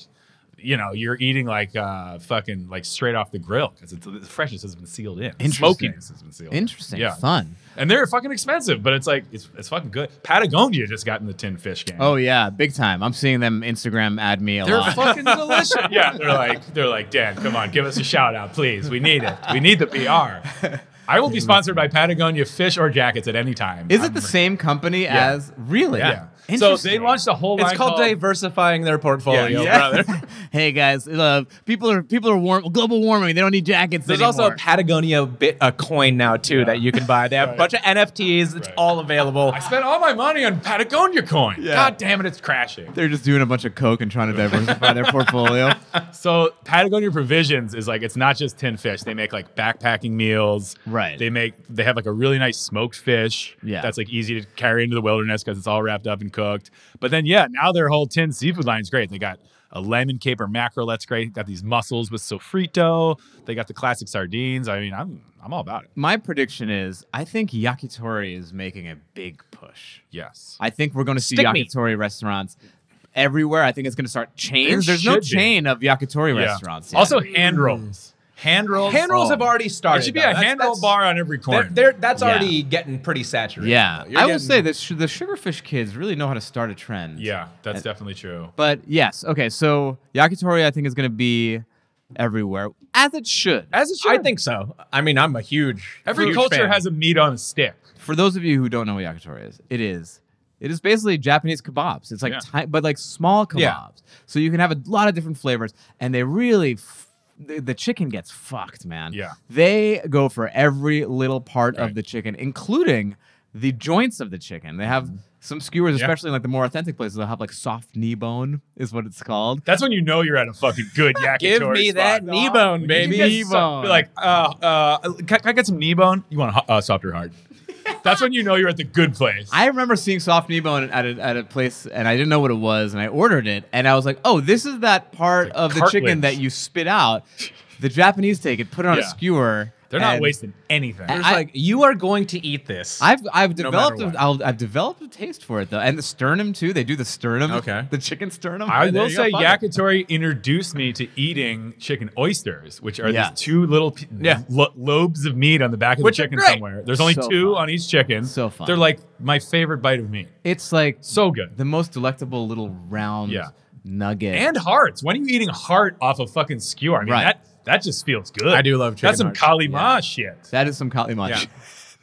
Speaker 3: you know, you're eating like uh, fucking like straight off the grill because it's the freshness has been sealed in.
Speaker 2: Interesting.
Speaker 3: Smokiness has been sealed. in.
Speaker 2: Interesting.
Speaker 3: Yeah.
Speaker 2: Fun.
Speaker 3: And they're fucking expensive, but it's like it's, it's fucking good. Patagonia just got in the tin fish game.
Speaker 2: Oh yeah, big time. I'm seeing them Instagram ad me a
Speaker 3: They're
Speaker 2: lot.
Speaker 3: fucking
Speaker 4: Oh
Speaker 3: delicious. yeah, they're like they're like Dan. Come on, give us a shout out, please. We need it. We need the PR. I will be sponsored by Patagonia fish or jackets at any time.
Speaker 2: Is it
Speaker 3: I'm-
Speaker 2: the same company as really?
Speaker 3: Yeah. So they launched a whole.
Speaker 4: It's
Speaker 3: line
Speaker 4: called diversifying their portfolio,
Speaker 3: Oh Yeah, yeah.
Speaker 4: brother.
Speaker 2: hey guys, uh, people are people are warm. Global warming. They don't need jackets
Speaker 4: There's
Speaker 2: anymore.
Speaker 4: also a Patagonia bit a coin now too that you can buy. They have a
Speaker 3: Right.
Speaker 4: bunch of NFTs. It's
Speaker 3: Right.
Speaker 4: all available.
Speaker 3: I spent all my money on Patagonia coin. God damn it, it's crashing.
Speaker 2: They're just doing a bunch of coke and trying to diversify their portfolio.
Speaker 3: So Patagonia Provisions is like it's not just tin fish. They make like backpacking meals.
Speaker 2: Right.
Speaker 3: They make they have like a really nice smoked fish.
Speaker 2: Yeah.
Speaker 3: That's like easy to carry into the wilderness because it's all wrapped up and cooked. But then yeah, now their whole tin seafood line is great. They got a lemon caper mackerel that's great. Got these mussels with sofrito. They got the classic sardines. I mean, I'm I'm all about it.
Speaker 2: My prediction is, I think yakitori is making a big push.
Speaker 3: Yes.
Speaker 2: I think we're going to see
Speaker 4: Stick meat.
Speaker 2: yakitori restaurants everywhere. I think it's going to start chains.
Speaker 3: There
Speaker 2: There's no
Speaker 3: should be.
Speaker 2: chain of yakitori
Speaker 3: Yeah.
Speaker 2: restaurants. yet.
Speaker 3: Also hand rolls. Hand rolls.
Speaker 4: Hand rolls
Speaker 2: Oh.
Speaker 4: have already started.
Speaker 3: It should be
Speaker 4: though.
Speaker 3: a
Speaker 4: That's-
Speaker 3: hand roll
Speaker 4: that's-
Speaker 3: bar on every corner.
Speaker 4: They're, they're- that's
Speaker 2: Yeah.
Speaker 4: already getting pretty saturated.
Speaker 2: yeah,
Speaker 4: though. You're
Speaker 2: I will
Speaker 4: getting-
Speaker 2: say that sh- the sugarfish kids really know how to start a trend.
Speaker 3: yeah, that's definitely true.
Speaker 2: But yes, okay, so yakitori I think is going to be everywhere as it should.
Speaker 4: As it I think so. I mean, I'm a huge
Speaker 3: Every
Speaker 4: huge
Speaker 3: culture
Speaker 4: fan.
Speaker 3: has a meat on a stick.
Speaker 2: For those of you who don't know what yakitori is, it is it is basically Japanese kebabs. It's like
Speaker 3: Yeah.
Speaker 2: ti- but like small kebabs.
Speaker 4: Yeah.
Speaker 2: So you can have a lot of different flavors and they really f- the, the chicken gets fucked, man.
Speaker 3: Yeah.
Speaker 2: They go for every little part of
Speaker 3: Right.
Speaker 2: the chicken including the joints of the chicken. They have some skewers,
Speaker 3: Mm-hmm. Yeah.
Speaker 2: especially in like the more authentic places, they'll have like soft knee bone, is what it's called.
Speaker 3: That's when you know you're at a fucking good yakitori
Speaker 4: Give me
Speaker 3: spot.
Speaker 4: that knee bone, baby.
Speaker 2: Knee bone.
Speaker 3: Be like, uh, uh, can, can I get some knee bone? You want a ho- uh, softer hard? That's when you know you're at the good place.
Speaker 2: I remember seeing soft knee bone at a, at a place, and I didn't know what it was, and I ordered it, and I was like, "Oh, this is that part
Speaker 3: Like
Speaker 2: of the
Speaker 3: cartilage.
Speaker 2: chicken that you spit out." The Japanese take it, put it on a
Speaker 3: Yeah.
Speaker 2: skewer.
Speaker 3: They're not
Speaker 2: and
Speaker 3: wasting anything.
Speaker 2: I-
Speaker 4: It's like you are going to eat this.
Speaker 2: I've I've developed
Speaker 3: matter
Speaker 2: a,
Speaker 3: what.
Speaker 2: I'll, I've developed a taste for it though, and the sternum too. They do the sternum.
Speaker 4: Okay.
Speaker 2: the chicken sternum.
Speaker 3: I
Speaker 2: There
Speaker 3: will
Speaker 2: you go,
Speaker 3: say
Speaker 2: fuck it.
Speaker 3: yakitori introduced me to eating chicken oysters, which are
Speaker 2: Yeah.
Speaker 3: these two little p-
Speaker 4: Yeah.
Speaker 3: lo- lobes of meat on the back of
Speaker 4: Which
Speaker 3: the
Speaker 4: are
Speaker 3: chicken
Speaker 4: great.
Speaker 3: somewhere. There's only
Speaker 2: So
Speaker 3: two
Speaker 2: fun.
Speaker 3: on each chicken.
Speaker 2: So fun.
Speaker 3: They're like my favorite bite of meat.
Speaker 2: It's like
Speaker 3: So good.
Speaker 2: the most delectable little round
Speaker 3: Yeah.
Speaker 2: nugget.
Speaker 3: and hearts. When are you eating heart off a fucking skewer? I mean,
Speaker 2: Right.
Speaker 3: that that just feels good.
Speaker 4: I do love
Speaker 3: That's some kalima
Speaker 4: chicken
Speaker 2: Yeah.
Speaker 3: shit.
Speaker 2: that is some kalimach.
Speaker 3: Yeah.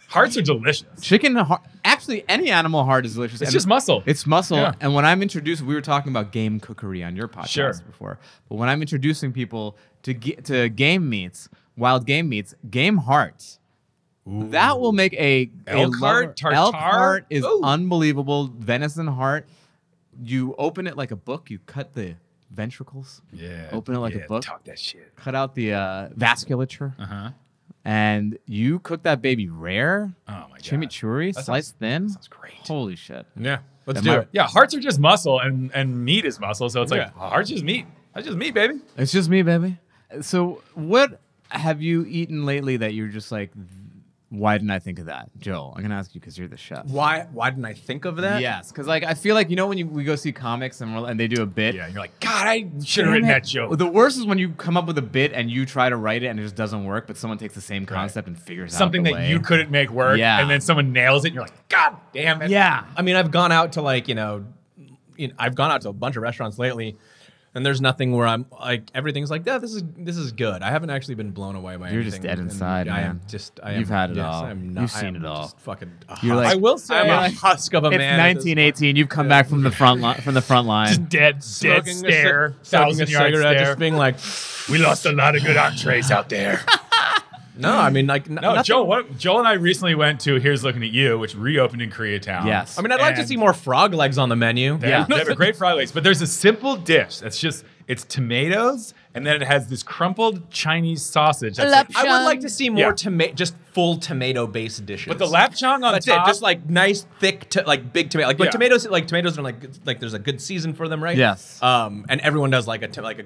Speaker 3: Hearts are delicious.
Speaker 2: Chicken heart. Actually, any animal heart is delicious.
Speaker 3: It's
Speaker 2: and
Speaker 3: just muscle.
Speaker 2: It's muscle.
Speaker 3: Yeah.
Speaker 2: And when I'm introduced, we were talking about game cookery on your podcast
Speaker 3: Sure.
Speaker 2: before. But when I'm introducing people to ge- to game meats, wild game meats, game hearts, that will make a a
Speaker 3: Elk heart,
Speaker 2: lover-
Speaker 3: tartare?
Speaker 2: Elk heart is
Speaker 3: Ooh.
Speaker 2: unbelievable. Venison heart. You open it like a book. You cut the ventricles. Open it like
Speaker 3: yeah,
Speaker 2: a book.
Speaker 3: Talk that shit.
Speaker 2: Cut out the uh, vasculature.
Speaker 3: Uh huh.
Speaker 2: And you cook that baby rare.
Speaker 3: Oh my God.
Speaker 2: Chimichurri,
Speaker 3: That
Speaker 2: sliced thin.
Speaker 3: sounds great.
Speaker 2: Holy shit.
Speaker 4: yeah. Let's
Speaker 2: Am
Speaker 4: do
Speaker 2: I-
Speaker 4: it.
Speaker 3: Yeah, hearts are just muscle, and and meat is muscle. So it's like
Speaker 4: Yeah.
Speaker 3: hearts is meat. That's just meat, baby.
Speaker 2: It's just me, baby. So, what have you eaten lately that you're just like, why didn't I think of that, Joel? I'm gonna ask you because you're the chef.
Speaker 4: Why? Why didn't I think of that?
Speaker 2: Yes, because like I feel like you know when you, we go see comics and, we're, and they do a bit.
Speaker 3: Yeah, and you're like, God, I should have
Speaker 2: Damn
Speaker 3: written
Speaker 2: it.
Speaker 3: that joke.
Speaker 2: The worst is when you come up with a bit and you try to write it and it just doesn't work, but someone takes the same concept and figures
Speaker 3: Something
Speaker 2: out the
Speaker 3: that
Speaker 2: way.
Speaker 3: you couldn't make work,
Speaker 2: Yeah.
Speaker 3: and then someone nails it, and you're like, God damn it.
Speaker 2: Yeah.
Speaker 4: I mean, I've gone out to like you know, you know, I've gone out to a bunch of restaurants lately, and there's nothing where I'm like everything's like, yeah, this is this is good. I haven't actually been blown away by.
Speaker 2: You're
Speaker 4: anything,
Speaker 2: just dead
Speaker 4: and
Speaker 2: inside,
Speaker 4: I am
Speaker 2: man.
Speaker 4: just. I am,
Speaker 2: You've had it
Speaker 4: yes,
Speaker 2: all.
Speaker 4: I'm not,
Speaker 2: You've
Speaker 4: I
Speaker 2: seen
Speaker 4: am
Speaker 2: it all.
Speaker 4: Just fucking. ah, a
Speaker 2: You're
Speaker 4: husk.
Speaker 2: like-
Speaker 4: I will say, I'm a
Speaker 2: like-
Speaker 4: husk of a
Speaker 3: Oh,
Speaker 2: It's
Speaker 4: man. at this
Speaker 2: 1918. You've come back from the front line. From the front
Speaker 3: Just dead,
Speaker 2: line.
Speaker 4: point.
Speaker 3: dead
Speaker 4: Smoking a
Speaker 3: stare,
Speaker 4: cig- smoking
Speaker 3: thousand yard
Speaker 4: cigarette,
Speaker 3: stare.
Speaker 4: just being like,
Speaker 3: we lost a lot of good entrees out there.
Speaker 4: no, I mean, like, no,
Speaker 3: No,
Speaker 4: nothing.
Speaker 3: Joel. What, Joel and I recently went to Here's Looking at You, which reopened in Koreatown.
Speaker 2: Yes.
Speaker 4: I mean, I'd like to
Speaker 3: And-
Speaker 4: see more frog legs on the menu.
Speaker 3: They
Speaker 2: Yeah.
Speaker 3: have- they have a great fried legs, but there's a simple dish that's just it's tomatoes, and then it has this crumpled Chinese sausage. That's like-
Speaker 4: I would like to see more
Speaker 3: Yeah.
Speaker 4: tomato, just full tomato-based dishes.
Speaker 3: but the lapchung on
Speaker 4: That's
Speaker 3: top,
Speaker 4: it. Just like nice, thick, to, like big tomato. Like, like
Speaker 3: Yeah.
Speaker 4: tomatoes, like tomatoes are like like there's a good season for them, right?
Speaker 2: Yes.
Speaker 4: Um, and everyone does like a to- like a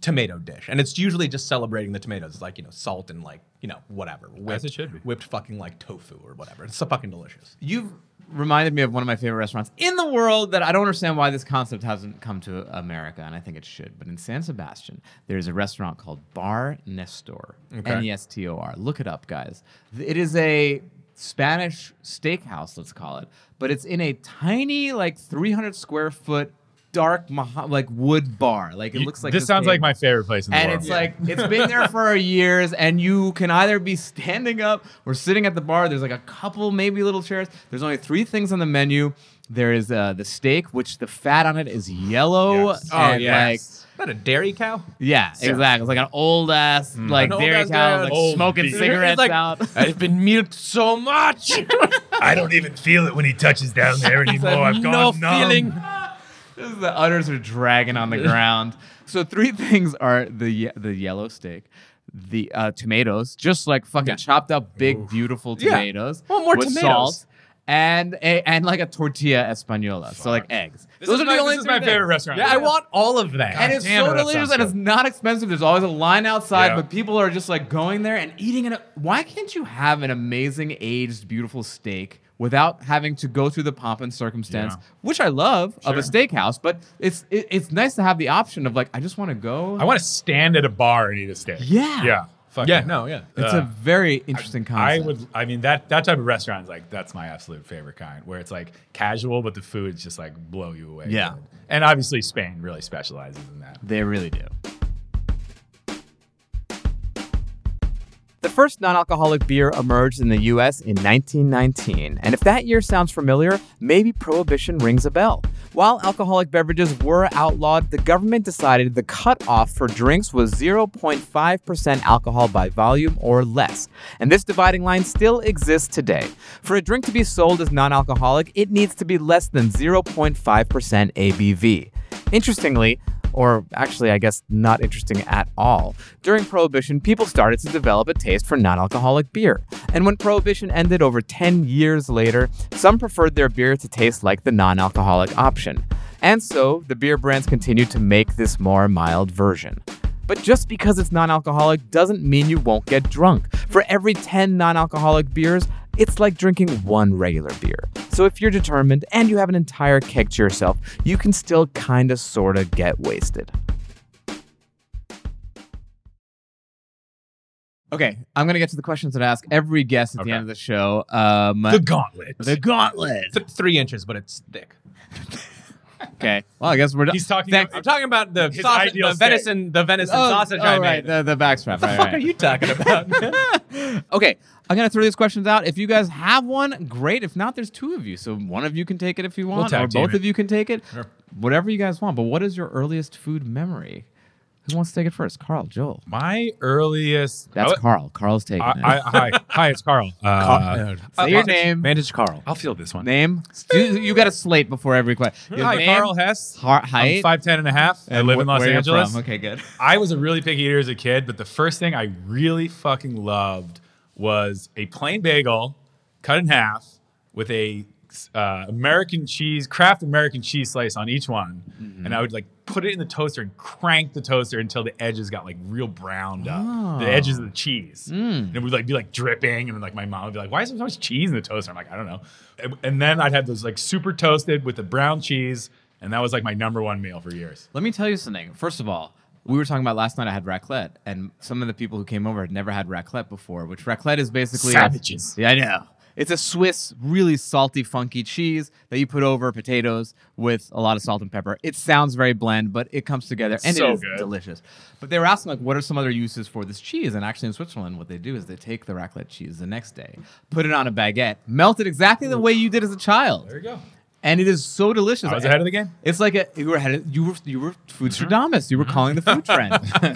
Speaker 4: tomato dish, and it's usually just celebrating the tomatoes. It's like you know salt and like you know whatever whipped,
Speaker 3: it should be.
Speaker 4: whipped fucking like tofu or whatever. It's so fucking delicious.
Speaker 2: You've reminded me of one of my favorite restaurants in the world that I don't understand why this concept hasn't come to America, and I think it should. But in San Sebastian, there's a restaurant called Bar Nestor, N E S T O R. Look it up, guys. Th- It is a Spanish steakhouse, let's call it, but it's in a tiny, like 300 square foot. Dark, maha- like wood bar. Like it
Speaker 3: You-
Speaker 2: looks like
Speaker 3: this sounds like
Speaker 2: table
Speaker 3: my favorite place in the
Speaker 2: and
Speaker 3: world.
Speaker 2: it's like it's been there for years and you can either be standing up or sitting at the bar there's like a couple maybe little chairs there's only three things on the menu there is uh, the steak which the fat on it is yellow
Speaker 3: Yes.
Speaker 2: and like
Speaker 4: Not a dairy cow.
Speaker 2: yeah exactly it's like an old ass like
Speaker 4: An old
Speaker 2: dairy
Speaker 4: ass
Speaker 2: cow
Speaker 4: guy.
Speaker 2: like
Speaker 3: Mm. Old
Speaker 2: smoking
Speaker 3: beef.
Speaker 2: cigarettes
Speaker 4: It's like-
Speaker 2: out
Speaker 4: I've been milked so much.
Speaker 3: I don't even feel it when he touches down there anymore. I've
Speaker 4: no
Speaker 3: gone numb.
Speaker 4: feeling.
Speaker 2: This is the udders are dragging on the ground. So three things are the ye- the yellow steak, the uh, tomatoes, just like fucking chopped up, big, beautiful
Speaker 4: Yeah.
Speaker 2: tomatoes.
Speaker 4: Well, more
Speaker 2: with
Speaker 4: tomatoes.
Speaker 2: Salt. And a, and like a tortilla española, so like eggs. Those
Speaker 3: is
Speaker 2: are
Speaker 3: my-
Speaker 2: the only
Speaker 3: this is
Speaker 2: three
Speaker 3: my
Speaker 2: things.
Speaker 3: favorite restaurant.
Speaker 4: Yeah, I want all of that.
Speaker 2: And it's
Speaker 3: Damn,
Speaker 2: so
Speaker 3: that sounds
Speaker 2: delicious, and it's
Speaker 3: good.
Speaker 2: not expensive. There's always a line outside,
Speaker 3: Yeah.
Speaker 2: but people are just like going there and eating it. up. Why can't you have an amazing, aged, beautiful steak without having to go through the pomp and circumstance,
Speaker 3: Yeah.
Speaker 2: which I love of a steakhouse? But it's it, it's nice to have the option of like, I just want to go.
Speaker 3: I want to stand at a bar and eat a steak.
Speaker 2: Yeah.
Speaker 3: Yeah. Fuck
Speaker 4: yeah, no, Oh, yeah.
Speaker 2: it's
Speaker 3: uh,
Speaker 2: a very interesting concept.
Speaker 3: I would. I mean that that type of restaurant is like that's my absolute favorite kind, where it's like casual, but the food's just like blow you away.
Speaker 2: Yeah.
Speaker 3: good. And obviously, Spain really specializes in that.
Speaker 2: They really do. The first non alcoholic beer emerged in the US in 1919, and if that year sounds familiar, maybe Prohibition rings a bell. While alcoholic beverages were outlawed, the government decided the cutoff for drinks was 0.5% alcohol by volume or less, and this dividing line still exists today. For a drink to be sold as non alcoholic, it needs to be less than 0.5% ABV. Interestingly, or actually, I guess not interesting at all. During Prohibition, people started to develop a taste for non alcoholic beer. And when Prohibition ended over 10 years later, some preferred their beer to taste like the non alcoholic option. And so, the beer brands continued to make this more mild version. But just because it's non alcoholic doesn't mean you won't get drunk. For every 10 non alcoholic beers, it's like drinking one regular beer. So if you're determined and you have an entire keg to yourself, you can still kinda sorta get wasted. Okay, I'm gonna get to the questions that I ask every guest at
Speaker 3: Okay.
Speaker 2: the end of the show. Um,
Speaker 3: The gauntlet.
Speaker 2: gauntlet.
Speaker 4: It's three inches, but it's thick.
Speaker 2: Okay. Well, I guess we're done.
Speaker 3: He's talking.
Speaker 2: Thank-
Speaker 3: about-
Speaker 4: I'm talking about the
Speaker 3: His
Speaker 4: sausage,
Speaker 3: ideal
Speaker 4: the
Speaker 3: steak.
Speaker 4: venison, the venison
Speaker 2: Oh,
Speaker 4: sausage.
Speaker 2: oh,
Speaker 4: I
Speaker 2: right,
Speaker 4: made.
Speaker 2: the, the backstrap.
Speaker 4: the
Speaker 2: right,
Speaker 4: fuck
Speaker 2: right.
Speaker 4: are you talking about?
Speaker 2: okay, I'm gonna throw these questions out. If you guys have one, great. If not, there's two of you, so one of you can take it if you want,
Speaker 3: tag
Speaker 2: or
Speaker 3: team
Speaker 2: both
Speaker 3: it.
Speaker 2: of you can take it. Whatever you guys want. But what is your earliest food memory? Who wants to take it first? Carl, Joel.
Speaker 3: my earliest.
Speaker 2: That's
Speaker 3: I-
Speaker 2: Carl. Carl's taking it.
Speaker 3: I, I, hi, hi, it's Carl. Uh,
Speaker 2: Say
Speaker 4: Uh,
Speaker 2: your
Speaker 4: Vantage-
Speaker 2: name.
Speaker 4: Vantage Carl.
Speaker 3: I'll feel this one.
Speaker 2: Name. You, you got a slate before every question.
Speaker 3: Hi, Carl Hess.
Speaker 2: Har-
Speaker 3: I'm
Speaker 2: height.
Speaker 3: 5'10 and a half. I
Speaker 2: and
Speaker 3: live
Speaker 2: wh-
Speaker 3: in Los
Speaker 2: where you're
Speaker 3: Angeles.
Speaker 2: from. Okay, good.
Speaker 3: I was a really picky eater as a kid, but the first thing I really fucking loved was a plain bagel cut in half with a uh, American cheese, craft American cheese slice on each one. And I would like put it in the toaster and crank the toaster until the edges got like real browned up. The edges of the cheese. And it would like be like dripping. And then like my mom would be like, why is there so much cheese in the toaster? I'm like, I don't know. And, and then I'd have those like super toasted with the brown cheese. And that was like my number one meal for years.
Speaker 2: Let me tell you something. First of all, we were talking about last night. I had raclette, and some of the people who came over had never had raclette before. Which raclette is basically
Speaker 3: Savages.
Speaker 2: yeah, I know. It's a Swiss, really salty, funky cheese that you put over potatoes with a lot of salt and pepper. It sounds very bland, but it comes together and
Speaker 3: So
Speaker 2: it is
Speaker 3: good.
Speaker 2: delicious. But they were asking like, what are some other uses for this cheese? And actually, in Switzerland, what they do is they take the raclette cheese the next day, put it on a baguette, melt it exactly the way you did as a child.
Speaker 3: There you go.
Speaker 2: And it is so delicious.
Speaker 3: I was ahead of the game.
Speaker 2: It's like a, you were headed, you were you were food
Speaker 3: Mm-hmm.
Speaker 2: Stradamus. You were calling the food trend.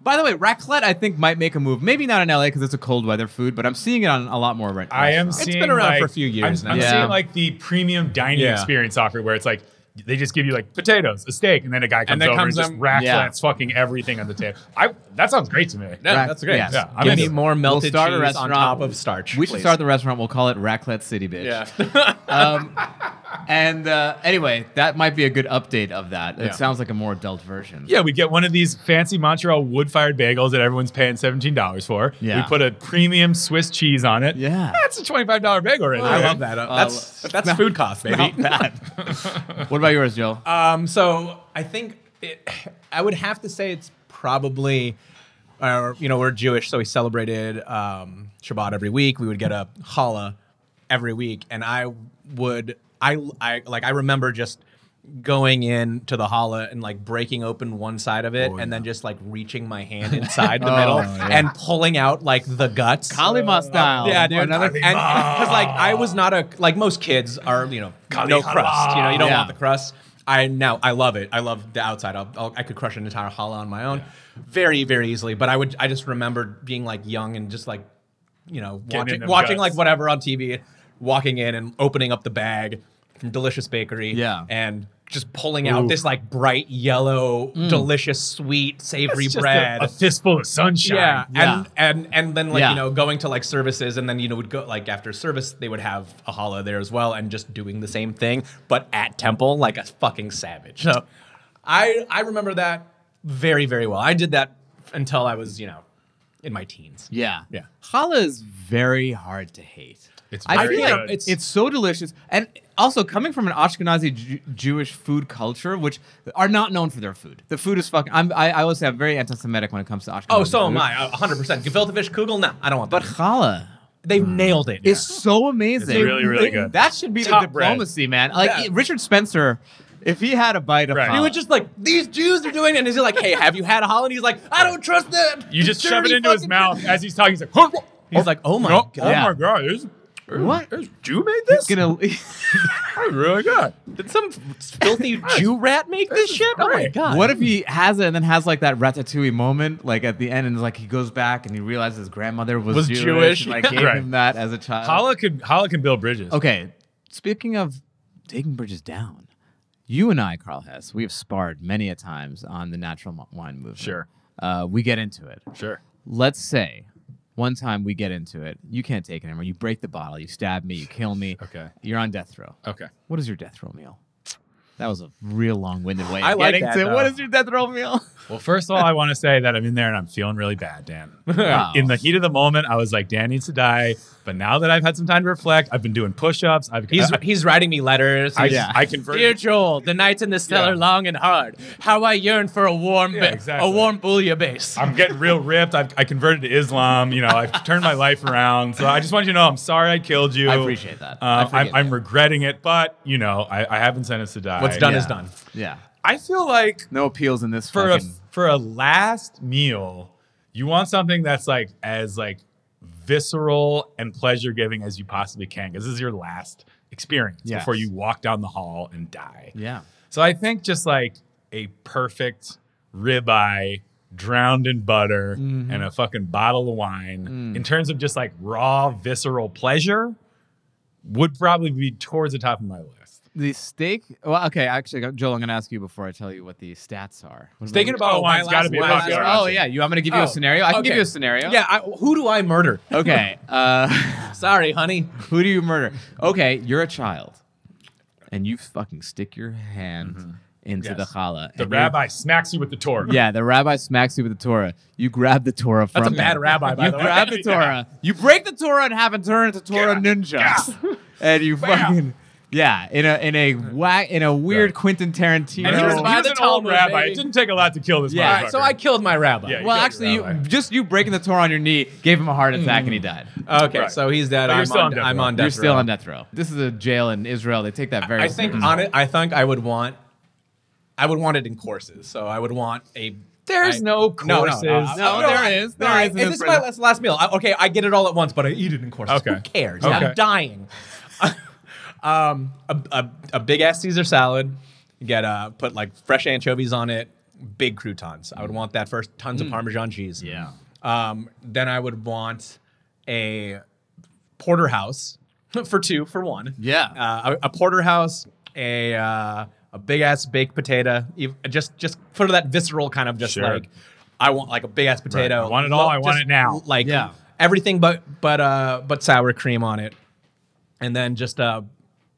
Speaker 2: By the way, raclette I think might make a move. Maybe not in LA because it's a cold weather food, but I'm seeing it on a lot more right.
Speaker 3: I am
Speaker 2: restaurants.
Speaker 3: seeing
Speaker 4: been around
Speaker 3: like-
Speaker 4: for a few years
Speaker 3: I'm, I'm
Speaker 2: now. Yeah.
Speaker 3: seeing like the premium dining
Speaker 4: Yeah.
Speaker 3: experience offer where it's like they just give you like potatoes, a steak, and then a guy comes
Speaker 4: And then
Speaker 3: over
Speaker 4: comes
Speaker 3: and just
Speaker 4: them-
Speaker 3: raclettes
Speaker 2: Yeah.
Speaker 3: fucking everything on the table. I that sounds great to me.
Speaker 4: No,
Speaker 2: Rac-
Speaker 4: that's great.
Speaker 2: yes.
Speaker 3: Yeah, I'm
Speaker 4: Give
Speaker 3: into
Speaker 4: me
Speaker 3: it.
Speaker 4: more melted
Speaker 2: we'll start a
Speaker 4: cheese
Speaker 2: restaurant
Speaker 4: on top of starch.
Speaker 2: We should
Speaker 4: please.
Speaker 2: start the restaurant. We'll call it Raclette City, bitch.
Speaker 4: Yeah.
Speaker 2: Um, and uh, anyway, that might be a good update of that. It
Speaker 3: Yeah.
Speaker 2: sounds like a more adult version.
Speaker 3: Yeah, we get one of these fancy Montreal wood fired bagels that everyone's paying $17 for. We
Speaker 2: Yeah.
Speaker 3: put a premium Swiss cheese on it.
Speaker 2: Yeah.
Speaker 3: That's a $25 bagel right there.
Speaker 4: I love that. Uh, that's that's food cost, baby.
Speaker 2: What about yours, Joe?
Speaker 3: Uh,
Speaker 4: Um, so I think it, I would have to say it's probably, uh, you know, we're Jewish, so we celebrated um, Shabbat every week. We would get a challah every week, and I would, I, I like, I remember just going in to the challah and like breaking open one side of it, and then just like reaching my hand inside the middle and pulling out like the guts.
Speaker 3: uh,
Speaker 2: Kalima style.
Speaker 4: Yeah, dude.
Speaker 2: Another-
Speaker 4: and because like I was not a like most kids are you know no crust. You know you don't
Speaker 2: Yeah.
Speaker 4: want the crust. I now I love it. I love the outside. I'll, I'll, I could crush an entire challah on my own, very very easily. But I would I just remembered being like young and just like you know
Speaker 3: in
Speaker 4: watching
Speaker 3: them
Speaker 4: watching
Speaker 3: guts.
Speaker 4: like whatever on TV, walking in and opening up the bag from Delicious Bakery.
Speaker 2: Yeah.
Speaker 4: and. Just pulling out this like bright yellow,
Speaker 2: Mm.
Speaker 4: delicious, sweet,
Speaker 3: It's
Speaker 4: savory
Speaker 3: just a-
Speaker 4: bread.
Speaker 3: A, fistful of sunshine.
Speaker 4: Yeah.
Speaker 2: Yeah.
Speaker 4: And, and and then like
Speaker 2: Yeah.
Speaker 4: you know going to like services and then you know would go like after service they would have a holla there as well and just doing the same thing but at temple like a fucking savage. So I I remember that very very well. I did that until I was you know in my teens.
Speaker 2: Yeah.
Speaker 4: Yeah.
Speaker 2: Challah is very hard to hate.
Speaker 3: It's
Speaker 2: I
Speaker 3: very
Speaker 2: feel like
Speaker 3: good.
Speaker 2: it's, it's so delicious. And also, coming from an Ashkenazi Ju- Jewish food culture, which are not known for their food. The food is fucking. I'm, I, I always say I'm very anti Semitic when it comes to Ashkenazi.
Speaker 4: Oh, so am
Speaker 2: food.
Speaker 4: I. 100%. Gefilte fish kugel? No, I don't want
Speaker 2: But
Speaker 4: that.
Speaker 2: challah
Speaker 4: They've nailed it.
Speaker 2: is so amazing.
Speaker 3: It's really, really good.
Speaker 2: That should be the
Speaker 3: Top bread.
Speaker 2: diplomacy, man. Like
Speaker 4: Yeah.
Speaker 2: Richard Spencer, if he had a bite of
Speaker 3: Right.
Speaker 2: challah.
Speaker 4: He was just like, these Jews are doing it. And he's like, hey, have you had a holla? And he's like, I don't trust them.
Speaker 3: you just shove it
Speaker 4: Dirty
Speaker 3: into his
Speaker 4: fucking-
Speaker 3: mouth as he's talking. He's like, "Huh,
Speaker 4: He's like, oh my
Speaker 3: no,
Speaker 4: God.
Speaker 2: Yeah.
Speaker 3: oh my God. Is,
Speaker 2: What?
Speaker 3: Is Jew made this?
Speaker 2: gonna.
Speaker 3: That's really good.
Speaker 4: Did some filthy Jew rat make this, shit? Oh my
Speaker 3: great.
Speaker 4: god!
Speaker 2: What if he has it and then has like that ratatouille moment, like at the end, and like he goes back and he realizes his grandmother was,
Speaker 4: Was
Speaker 2: Jewish,
Speaker 4: Jewish,
Speaker 2: and like
Speaker 4: yeah.
Speaker 2: gave
Speaker 3: Right.
Speaker 2: him that as a child.
Speaker 3: Holla can, Holla can build bridges.
Speaker 2: Uh, Okay, speaking of taking bridges down, you and I, Carl Hess, we have sparred many a times on the natural mo- wine movement.
Speaker 3: Sure.
Speaker 2: uh, we get into it.
Speaker 3: Sure.
Speaker 2: Let's say one time we get into it, you can't take it anymore. You break the bottle, you stab me, you kill me.
Speaker 3: Okay.
Speaker 2: you're on death row.
Speaker 3: Okay.
Speaker 2: What is your death row meal? That was a real long-winded way.
Speaker 4: I
Speaker 2: of
Speaker 4: like
Speaker 2: getting
Speaker 4: that,
Speaker 2: to
Speaker 4: though.
Speaker 2: what is your death row meal?
Speaker 3: Well, first of all, I want to say that I'm in there and I'm feeling really bad, Dan.
Speaker 2: Wow.
Speaker 3: In the heat of the moment, I was like, Dan needs to die. But now that I've had some time to reflect, I've been doing push-ups. I've
Speaker 4: He's
Speaker 3: I,
Speaker 4: he's writing me letters.
Speaker 3: I,
Speaker 4: He's-
Speaker 2: yeah.
Speaker 3: I converted.
Speaker 4: Dear Joel, the nights in the cellar
Speaker 3: Yeah.
Speaker 4: long and hard. How I yearn for a warm,
Speaker 3: Yeah,
Speaker 4: ba-
Speaker 3: exactly.
Speaker 4: a warm bouillabaisse.
Speaker 3: I'm getting real ripped. I've, I converted to Islam. You know, I've turned my life around. So I just want you to know I'm sorry I killed you.
Speaker 2: I appreciate that. I
Speaker 3: Uh, I'm,
Speaker 2: forgive
Speaker 3: I'm
Speaker 2: that.
Speaker 3: regretting it, but, you know, I, I have been sentenced to die.
Speaker 4: What's done
Speaker 2: yeah.
Speaker 4: is done.
Speaker 2: Yeah.
Speaker 3: I feel like
Speaker 2: No appeals in this
Speaker 3: for a,
Speaker 2: fucking.
Speaker 3: for a last meal, you want something that's like as like visceral and pleasure giving as you possibly can because this is your last experience
Speaker 2: Yes.
Speaker 3: before you walk down the hall and die.
Speaker 2: yeah.
Speaker 3: So I think just like a perfect ribeye drowned in butter
Speaker 2: Mm-hmm.
Speaker 3: and a fucking bottle of wine
Speaker 2: Mm.
Speaker 3: in terms of just like raw visceral pleasure would probably be towards the top of my list.
Speaker 2: The steak. Well, okay. Actually, uh, Joel, I'm going to ask you before I tell you what the stats are. What
Speaker 4: Thinking
Speaker 2: about-
Speaker 4: about
Speaker 3: Oh,
Speaker 4: my
Speaker 3: mine's
Speaker 4: last
Speaker 3: gotta be a
Speaker 4: word.
Speaker 3: popular
Speaker 4: Last-
Speaker 2: Oh, yeah. You. I'm going to give you
Speaker 4: Oh,
Speaker 2: a scenario. I can give
Speaker 4: okay.
Speaker 2: you a scenario.
Speaker 4: Yeah, I, who do I murder?
Speaker 2: Okay. Uh,
Speaker 4: Sorry, honey.
Speaker 2: Who do you murder? Okay, you're a child, and you fucking stick your hand
Speaker 4: Mm-hmm.
Speaker 2: into the
Speaker 3: Yes.
Speaker 2: challah.
Speaker 3: The
Speaker 2: and you-
Speaker 3: rabbi smacks you with the Torah.
Speaker 2: Yeah, the rabbi smacks you with the Torah. You grab the Torah from
Speaker 4: That's
Speaker 2: him.
Speaker 4: a bad rabbi, by
Speaker 2: You
Speaker 4: the way.
Speaker 2: grab the Torah. You break the Torah in half and turn it into Torah ninjas. And you fucking yeah, in a in a whack in a weird Quentin Tarantino.
Speaker 3: And he was, he
Speaker 4: By
Speaker 3: was
Speaker 4: the
Speaker 3: an old
Speaker 4: Talmud,
Speaker 3: rabbi.
Speaker 4: baby.
Speaker 3: It didn't take a lot to kill this
Speaker 2: Yeah.
Speaker 3: yeah,
Speaker 4: All right, so I killed my rabbi.
Speaker 3: Yeah,
Speaker 2: well,
Speaker 3: you got
Speaker 2: actually, you,
Speaker 3: rabbi.
Speaker 2: just you breaking the Torah on your knee gave him a heart attack and he died.
Speaker 4: Okay,
Speaker 3: Right.
Speaker 4: so he's dead.
Speaker 3: But you're
Speaker 4: I'm,
Speaker 3: still on
Speaker 4: on,
Speaker 3: death
Speaker 4: I'm
Speaker 3: row.
Speaker 4: on Mm. Oh, death.
Speaker 2: You're still
Speaker 4: row.
Speaker 2: on death row. This is a jail in Israel. They take that very. Mm-hmm.
Speaker 4: I think
Speaker 2: seriously.
Speaker 4: on it. I think I would want. I would want it in courses. So I would want a.
Speaker 3: There's
Speaker 4: I-
Speaker 3: no courses.
Speaker 4: No, no,
Speaker 2: No, there is. There
Speaker 4: I-
Speaker 2: is in the
Speaker 4: and this is my
Speaker 2: prison.
Speaker 4: last, last meal. I, okay, I get it all at once, but I eat it in courses.
Speaker 3: Okay.
Speaker 4: Who cares?
Speaker 3: Okay.
Speaker 4: I'm dying. um, a, a, a big ass Caesar salad. You get uh, put like fresh anchovies on it. Big croutons. I would want that first. Tons of Parmesan cheese.
Speaker 2: Yeah.
Speaker 4: Um, then I would want a porterhouse for two for one.
Speaker 2: Yeah.
Speaker 4: Uh, a, a porterhouse, a uh, a big ass baked potato. ev- Just just for that visceral kind of just
Speaker 3: Sure.
Speaker 4: like I want like a big ass potato.
Speaker 3: Right. I want it all,
Speaker 4: Lo-
Speaker 3: I want
Speaker 4: just
Speaker 3: it now.
Speaker 4: Like
Speaker 2: Yeah.
Speaker 4: everything but but uh but sour cream on it, and then just a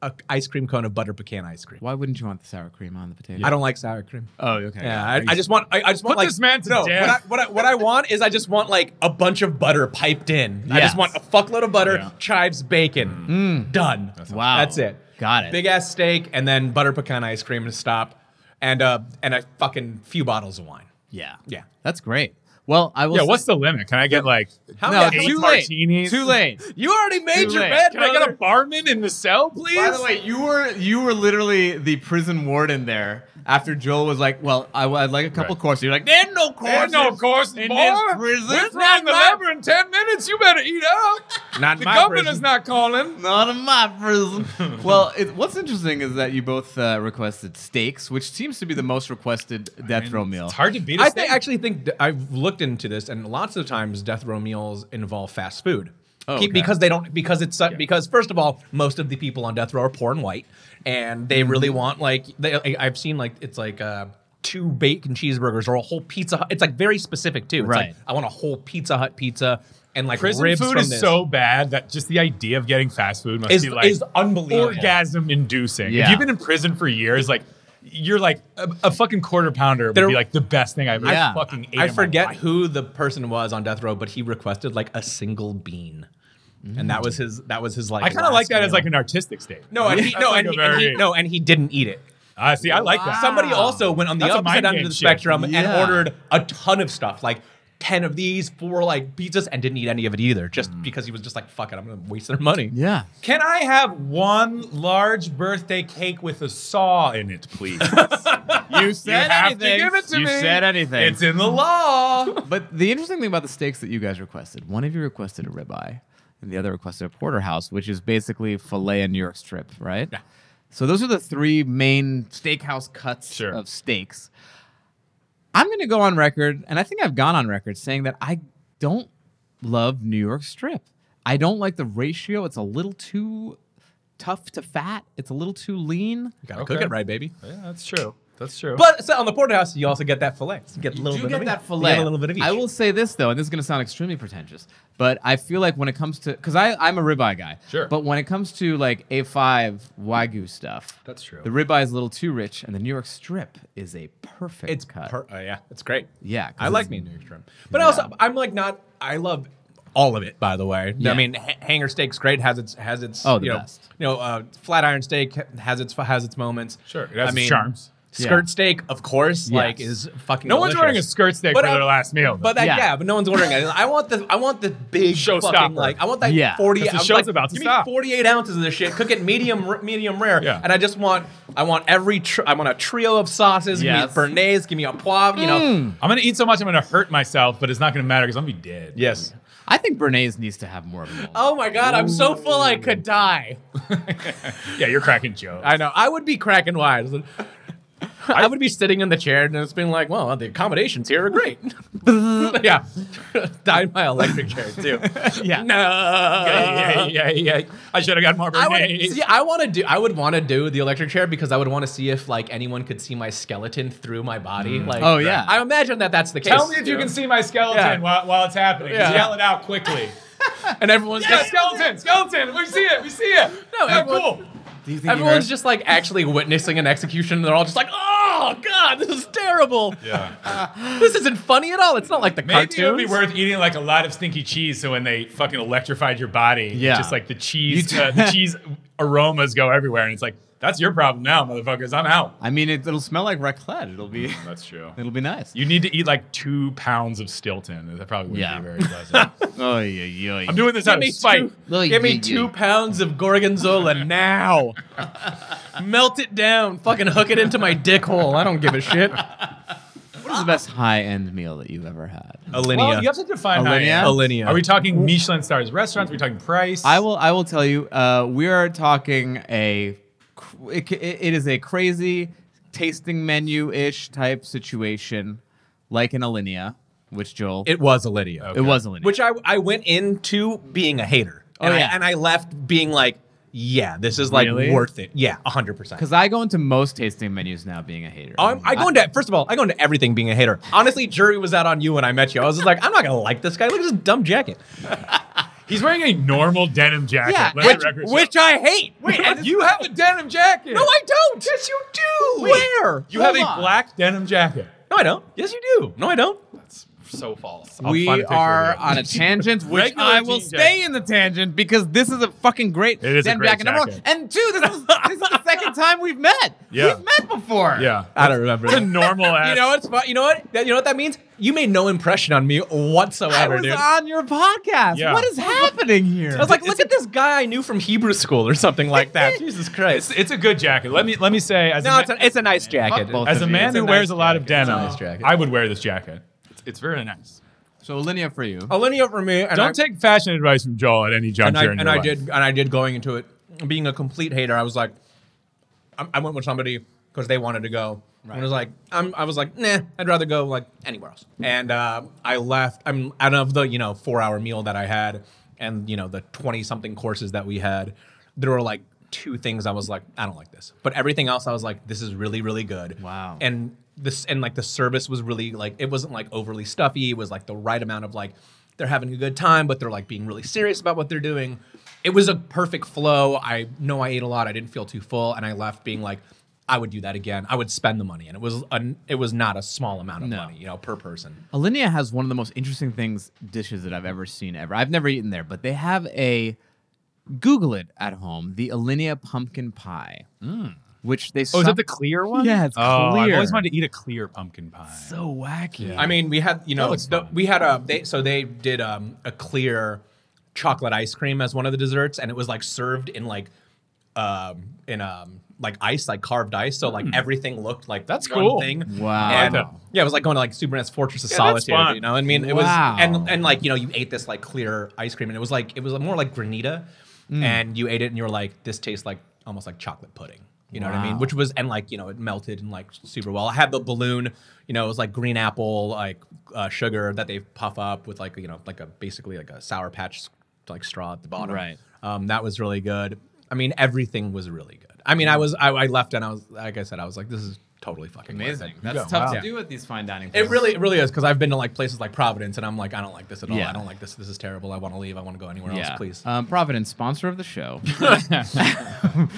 Speaker 4: a ice cream cone of butter pecan ice cream.
Speaker 2: Why wouldn't you want the sour cream on the potato?
Speaker 4: I don't like sour cream.
Speaker 2: Oh, okay.
Speaker 4: Yeah, I, I just want. I, I just want
Speaker 3: Put
Speaker 4: like
Speaker 3: this man to
Speaker 4: no.
Speaker 3: death.
Speaker 4: What I, what, I, what I want is I just want like a bunch of butter piped in. I
Speaker 2: Yes.
Speaker 4: just want a fuckload of butter,
Speaker 3: Yeah.
Speaker 4: chives, bacon, Mm. done.
Speaker 2: Wow.
Speaker 4: that's it.
Speaker 2: Got it.
Speaker 4: Big ass steak and then butter pecan ice cream to stop, and uh and a fucking few bottles of wine.
Speaker 2: yeah.
Speaker 4: Yeah.
Speaker 2: That's great. Well, I will.
Speaker 3: Yeah,
Speaker 2: say-
Speaker 3: what's the limit? Can I get like
Speaker 4: How
Speaker 2: no?
Speaker 4: many-
Speaker 2: Too late.
Speaker 3: martinis?
Speaker 2: Too late.
Speaker 4: You already made
Speaker 2: Too
Speaker 4: your
Speaker 2: late.
Speaker 4: bed.
Speaker 3: Can I get
Speaker 4: brother.
Speaker 3: a barman in the cell, please?
Speaker 2: By the way, you were you were literally the prison warden there after Joel was like, "Well, I, would like a couple
Speaker 3: Right.
Speaker 2: courses." You're like, "There are no courses.
Speaker 3: There's no course
Speaker 2: in
Speaker 3: more.
Speaker 2: this prison.
Speaker 3: We're
Speaker 2: Not
Speaker 3: throwing the
Speaker 2: my-
Speaker 3: lever in ten minutes. You better eat up.
Speaker 4: Not
Speaker 3: the
Speaker 4: my
Speaker 3: governor's
Speaker 4: prison.
Speaker 3: not calling.
Speaker 2: Not in my prison. well, it, what's interesting is that you both uh, requested steaks, which seems to be the most requested death row meal.
Speaker 3: It's hard to beat. a
Speaker 4: I
Speaker 3: steak.
Speaker 4: think, actually think th- I've looked into this, and lots of times death row meals involve fast food.
Speaker 2: Oh,
Speaker 4: Keep-
Speaker 2: okay.
Speaker 4: Because they don't, because it's uh, because first of all, most of the people on death row are poor and white, and they
Speaker 3: Mm-hmm.
Speaker 4: really want like they, I- I've seen like it's like uh, two bacon cheeseburgers or a whole pizza. Hut. It's like very specific too. It's
Speaker 2: Right.
Speaker 4: like I want a whole Pizza Hut pizza and like
Speaker 3: prison
Speaker 4: ribs
Speaker 3: food
Speaker 4: from
Speaker 3: is
Speaker 4: this.
Speaker 3: so bad that just the idea of getting fast food must
Speaker 4: Is-
Speaker 3: be like
Speaker 4: is unbelievable.
Speaker 3: orgasm inducing.
Speaker 2: Yeah.
Speaker 3: If you've been in prison for years, like you're like a, a fucking quarter pounder would
Speaker 4: There-
Speaker 3: be like the best thing I've
Speaker 2: Yeah.
Speaker 3: ever fucking ate.
Speaker 4: I
Speaker 3: in my
Speaker 4: forget
Speaker 3: life.
Speaker 4: who the person was on death row, but he requested like a single bean, and that was his. That was his like.
Speaker 3: Mm. I kind of like
Speaker 4: last
Speaker 3: that as
Speaker 4: meal.
Speaker 3: like an artistic statement.
Speaker 4: No, and he,
Speaker 3: That's
Speaker 4: no,
Speaker 3: like
Speaker 4: and
Speaker 3: a
Speaker 4: he, and he-
Speaker 3: very-
Speaker 4: no, and he didn't eat it.
Speaker 3: I see. I like that.
Speaker 4: Somebody also went on the
Speaker 3: That's a
Speaker 4: opposite
Speaker 3: mind
Speaker 4: end
Speaker 3: game
Speaker 4: of the
Speaker 3: shit.
Speaker 4: spectrum and
Speaker 2: Yeah.
Speaker 4: ordered a ton of stuff, like ten of these, four like pizzas, and didn't eat any of it either, just because he was just like, "Fuck it, I'm gonna waste their money."
Speaker 2: yeah.
Speaker 3: Can I have one large birthday cake with a saw in it, please?
Speaker 2: You
Speaker 3: you
Speaker 2: said
Speaker 3: have
Speaker 2: anything.
Speaker 3: to give it to
Speaker 2: you
Speaker 3: me.
Speaker 2: said anything.
Speaker 3: It's in the law.
Speaker 2: But the interesting thing about the steaks that you guys requested, one of you requested a ribeye, and the other requested a porterhouse, which is basically filet and New York strip, right? Yeah. So those are the three main steakhouse cuts
Speaker 3: Sure.
Speaker 2: of steaks. I'm going to go on record, and I think I've gone on record saying that I don't love New York strip. I don't like the ratio. It's a little too tough to fat. It's a little too lean.
Speaker 4: You gotta
Speaker 3: Okay.
Speaker 4: cook it right, baby.
Speaker 3: yeah, that's true. That's true.
Speaker 4: But so on the porterhouse, you also get that fillet. You get a little
Speaker 2: do
Speaker 4: bit
Speaker 2: get
Speaker 4: of
Speaker 2: that
Speaker 4: each. You
Speaker 2: fillet.
Speaker 4: get a little bit of each.
Speaker 2: I will say this though, and this is going to sound extremely pretentious, but I feel like when it comes to because I I'm a ribeye guy,
Speaker 3: Sure.
Speaker 2: But when it comes to like A5 wagyu stuff,
Speaker 3: That's true.
Speaker 2: The ribeye is a little too rich, and the New York strip is a perfect
Speaker 4: It's
Speaker 2: cut.
Speaker 4: per- oh, yeah, it's great.
Speaker 2: Yeah, 'cause
Speaker 4: I like
Speaker 2: it's-
Speaker 4: me New York but also I'm like not. I love all of it. By the way,
Speaker 2: Yeah.
Speaker 4: I mean ha- hanger steak's great. Has its has its
Speaker 2: Oh, the
Speaker 4: you know,
Speaker 2: best.
Speaker 4: You know, uh, flat iron steak has its has its moments.
Speaker 3: Sure, it has
Speaker 4: I
Speaker 3: its
Speaker 4: mean,
Speaker 3: charms.
Speaker 4: Skirt
Speaker 2: Yeah.
Speaker 4: steak, of course, like
Speaker 2: Yes.
Speaker 4: is fucking.
Speaker 3: no one's
Speaker 4: delicious.
Speaker 3: ordering a skirt steak
Speaker 4: But
Speaker 3: for
Speaker 4: I-
Speaker 3: their last meal.
Speaker 4: But that,
Speaker 2: Yeah.
Speaker 4: yeah. but no one's ordering it. I want the I want the big
Speaker 3: Showstopper.
Speaker 4: fucking like I want that
Speaker 2: Yeah.
Speaker 4: forty.
Speaker 3: 'Cause the
Speaker 4: I'm
Speaker 3: show's
Speaker 4: like,
Speaker 3: about to
Speaker 4: give
Speaker 3: stop.
Speaker 4: me forty eight ounces of this shit. Cook it medium r- medium rare.
Speaker 3: Yeah.
Speaker 4: And I just want I want every tr- I want a trio of sauces.
Speaker 2: Yes.
Speaker 4: Give me bernaise. Give me a poivre. You know.
Speaker 3: I'm gonna eat so much I'm gonna hurt myself, but it's not gonna matter because I'm gonna be dead.
Speaker 4: Yes.
Speaker 2: I think Bernays needs to have more of a
Speaker 4: Oh my god, I'm so full I could die.
Speaker 3: Yeah, you're cracking jokes.
Speaker 4: I know. I would be cracking wise. I would be sitting in the chair and it's been like, well, the accommodations here are great. yeah. Died by electric chair too.
Speaker 2: Yeah.
Speaker 4: No.
Speaker 3: yeah, yeah, yeah, yeah. I should have got more
Speaker 4: I would
Speaker 3: bernaise.
Speaker 4: see, I want to do I would want to do the electric chair because I would want to see if like anyone could see my skeleton through my body. Like
Speaker 2: Oh, yeah.
Speaker 4: I imagine that that's the case.
Speaker 3: Mm. Tell me if you can see my skeleton
Speaker 4: Yeah.
Speaker 3: while, while it's happening.
Speaker 4: Yeah.
Speaker 3: Yell it out quickly.
Speaker 4: And everyone's
Speaker 3: Yeah,
Speaker 4: just
Speaker 3: skeleton, skeleton. We see it. We see it.
Speaker 4: No,
Speaker 3: Yeah,
Speaker 4: everyone-
Speaker 3: cool.
Speaker 2: Do you think
Speaker 4: everyone's just like actually witnessing an execution and they're all just like, "Oh god, this is terrible."
Speaker 3: Yeah.
Speaker 4: This isn't funny at all. It's not like the
Speaker 3: Maybe it would
Speaker 4: cartoons.
Speaker 3: be worth eating like a lot of stinky cheese, so when they fucking electrified your body,
Speaker 2: Yeah.
Speaker 3: just like the cheese,
Speaker 2: You do-
Speaker 3: uh, the cheese aromas go everywhere, and it's like that's your problem now, motherfuckers. I'm out.
Speaker 2: I mean, it, it'll smell like raclette. It'll be
Speaker 3: That's true.
Speaker 2: it'll be nice.
Speaker 3: You need to eat like two pounds of Stilton. That probably wouldn't
Speaker 2: Yeah.
Speaker 3: be very pleasant.
Speaker 2: oh yeah, yeah.
Speaker 3: I'm doing this out of spite.
Speaker 2: Well,
Speaker 4: give me
Speaker 2: you-
Speaker 4: two pounds of gorgonzola now. Melt it down. Fucking hook it into my dick hole. I don't give a shit.
Speaker 2: What is the best high end meal that you've ever had?
Speaker 4: Alinea.
Speaker 3: Well, you have to define high
Speaker 2: Alinea?
Speaker 3: end.
Speaker 4: Alinea.
Speaker 3: Are we talking Michelin stars restaurants? Are we talking price?
Speaker 2: I will. I will tell you. Uh, we are talking a. cr- It, c- it is a crazy tasting menu ish type situation, like an Alinea, which Joel. It,
Speaker 4: it was Alinea.
Speaker 2: was Alinea.
Speaker 4: Which I, I went into being a hater. And
Speaker 2: Oh,
Speaker 4: I-
Speaker 2: yeah.
Speaker 4: and I left being like, yeah, this is like
Speaker 2: Really?
Speaker 4: worth it. Yeah, 100%.
Speaker 2: because I go into most tasting menus now being a hater.
Speaker 4: I'm, Um, I go into first of all, I go into everything being a hater. Honestly, jury was out on you when I met you. I was just like, I'm not gonna like this guy. Look at this dumb jacket.
Speaker 3: He's wearing a normal denim jacket.
Speaker 2: Yeah,
Speaker 3: Let the record show.
Speaker 5: Which I hate. Wait, you have a denim jacket.
Speaker 4: No, I don't. Yes, you do. Where?
Speaker 3: you have
Speaker 2: Hold
Speaker 3: a
Speaker 2: on.
Speaker 3: black denim jacket.
Speaker 4: No, I don't. Yes, you do. No, I don't.
Speaker 3: So false.
Speaker 2: we are on a tangent, which
Speaker 3: Regular
Speaker 2: I will
Speaker 3: jean
Speaker 2: stay in the tangent because this is a fucking great
Speaker 3: It is a
Speaker 2: Den
Speaker 3: great
Speaker 2: Bracken number one.
Speaker 3: jacket.
Speaker 2: And two, this is, this is the second time we've met.
Speaker 3: Yeah.
Speaker 2: We've met before.
Speaker 3: Yeah.
Speaker 4: I don't remember.
Speaker 3: It's a normal ass.
Speaker 4: You know what's fu- You know what? That, you know what that means? You made no impression on me
Speaker 2: I
Speaker 4: whatsoever,
Speaker 2: was
Speaker 4: dude.
Speaker 2: on your podcast.
Speaker 3: Yeah.
Speaker 2: What is happening here?
Speaker 4: I was like, look at this guy I knew from Hebrew school or something like that. Jesus
Speaker 3: it's,
Speaker 4: Christ.
Speaker 3: it's a good jacket. Let me let me say as
Speaker 4: No,
Speaker 3: a,
Speaker 4: it's a, it's a nice jacket.
Speaker 2: both
Speaker 3: as a man
Speaker 4: It's a
Speaker 3: who
Speaker 4: nice
Speaker 3: wears a lot of
Speaker 4: jacket. It's a
Speaker 3: denim,
Speaker 4: nice jacket.
Speaker 3: I would wear this jacket. It's, it's very nice.
Speaker 2: so Alinea for you.
Speaker 4: Alinea for me. And
Speaker 3: Don't
Speaker 4: I,
Speaker 3: take fashion advice from Joel at any
Speaker 4: and I,
Speaker 3: juncture. in
Speaker 4: and
Speaker 3: your
Speaker 4: I
Speaker 3: life.
Speaker 4: did and I did going into it being a complete hater. I was like, I, I went with somebody because they wanted to go. And I was like, I'm, I was like, nah, I'd rather go like anywhere else. And uh, I left. I'm out of the you know four hour meal that I had, and you know the twenty something courses that we had. There were like two things I was like, I don't like this, but everything else I was like, this is really really good.
Speaker 2: Wow.
Speaker 4: And this and like the service was really like it wasn't like overly stuffy. It was like the right amount of like they're having a good time, but they're like being really serious about what they're doing. It was a perfect flow. I know I ate a lot. I didn't feel too full, and I left being like, I would do that again. I would spend the money, and it was an, it was not a small amount of money, you know, per person.
Speaker 2: Alinea has one of the most interesting things dishes that I've ever seen ever. I've never eaten there, but they have a Google it at home, the Alinea pumpkin pie. Which they
Speaker 3: Oh, is that the clear one?
Speaker 2: Yeah, it's
Speaker 3: oh, I've
Speaker 2: clear.
Speaker 3: always wanted to eat a clear pumpkin pie.
Speaker 2: so wacky.
Speaker 4: I mean, we had you know
Speaker 3: looks
Speaker 4: the-
Speaker 3: fun.
Speaker 4: we had a they, so they did um, a clear chocolate ice cream as one of the desserts, and it was like served in like um, in um, like ice, like carved ice. So like everything looked like that's one
Speaker 3: Hmm. cool.
Speaker 4: thing.
Speaker 2: Wow.
Speaker 4: And,
Speaker 3: Wow.
Speaker 4: yeah, it was like going to like Superman's Fortress of
Speaker 3: Yeah, that's
Speaker 4: Solitude.
Speaker 3: fun.
Speaker 4: You know, what I mean, it
Speaker 2: Wow.
Speaker 4: was and and like you know you ate this like clear ice cream, and it was like it was more like granita,
Speaker 2: Mm.
Speaker 4: and you ate it, and you were like, this tastes like almost like chocolate pudding. You know what I mean?
Speaker 2: Wow.
Speaker 4: Which was and like you know it melted and like super well. I had the balloon. You know, it was like green apple like uh, sugar that they puff up with like you know like a basically like a sour patch like straw at the bottom.
Speaker 2: Right.
Speaker 4: Um, that was really good. I mean, everything was really good. I
Speaker 2: Mm.
Speaker 4: mean, I was I, I left and I was like I said I was like this is totally fucking worth it.
Speaker 2: amazing. That's tough to
Speaker 3: wow.
Speaker 2: do with these fine dining
Speaker 4: It
Speaker 2: places.
Speaker 4: really, it really is because I've been to like places like Providence, and I'm like, I don't like this at all.
Speaker 2: Yeah.
Speaker 4: I don't like this. This is terrible. I want to leave. I want to go anywhere
Speaker 2: yeah.
Speaker 4: else, please.
Speaker 2: Um, Providence, sponsor of the show.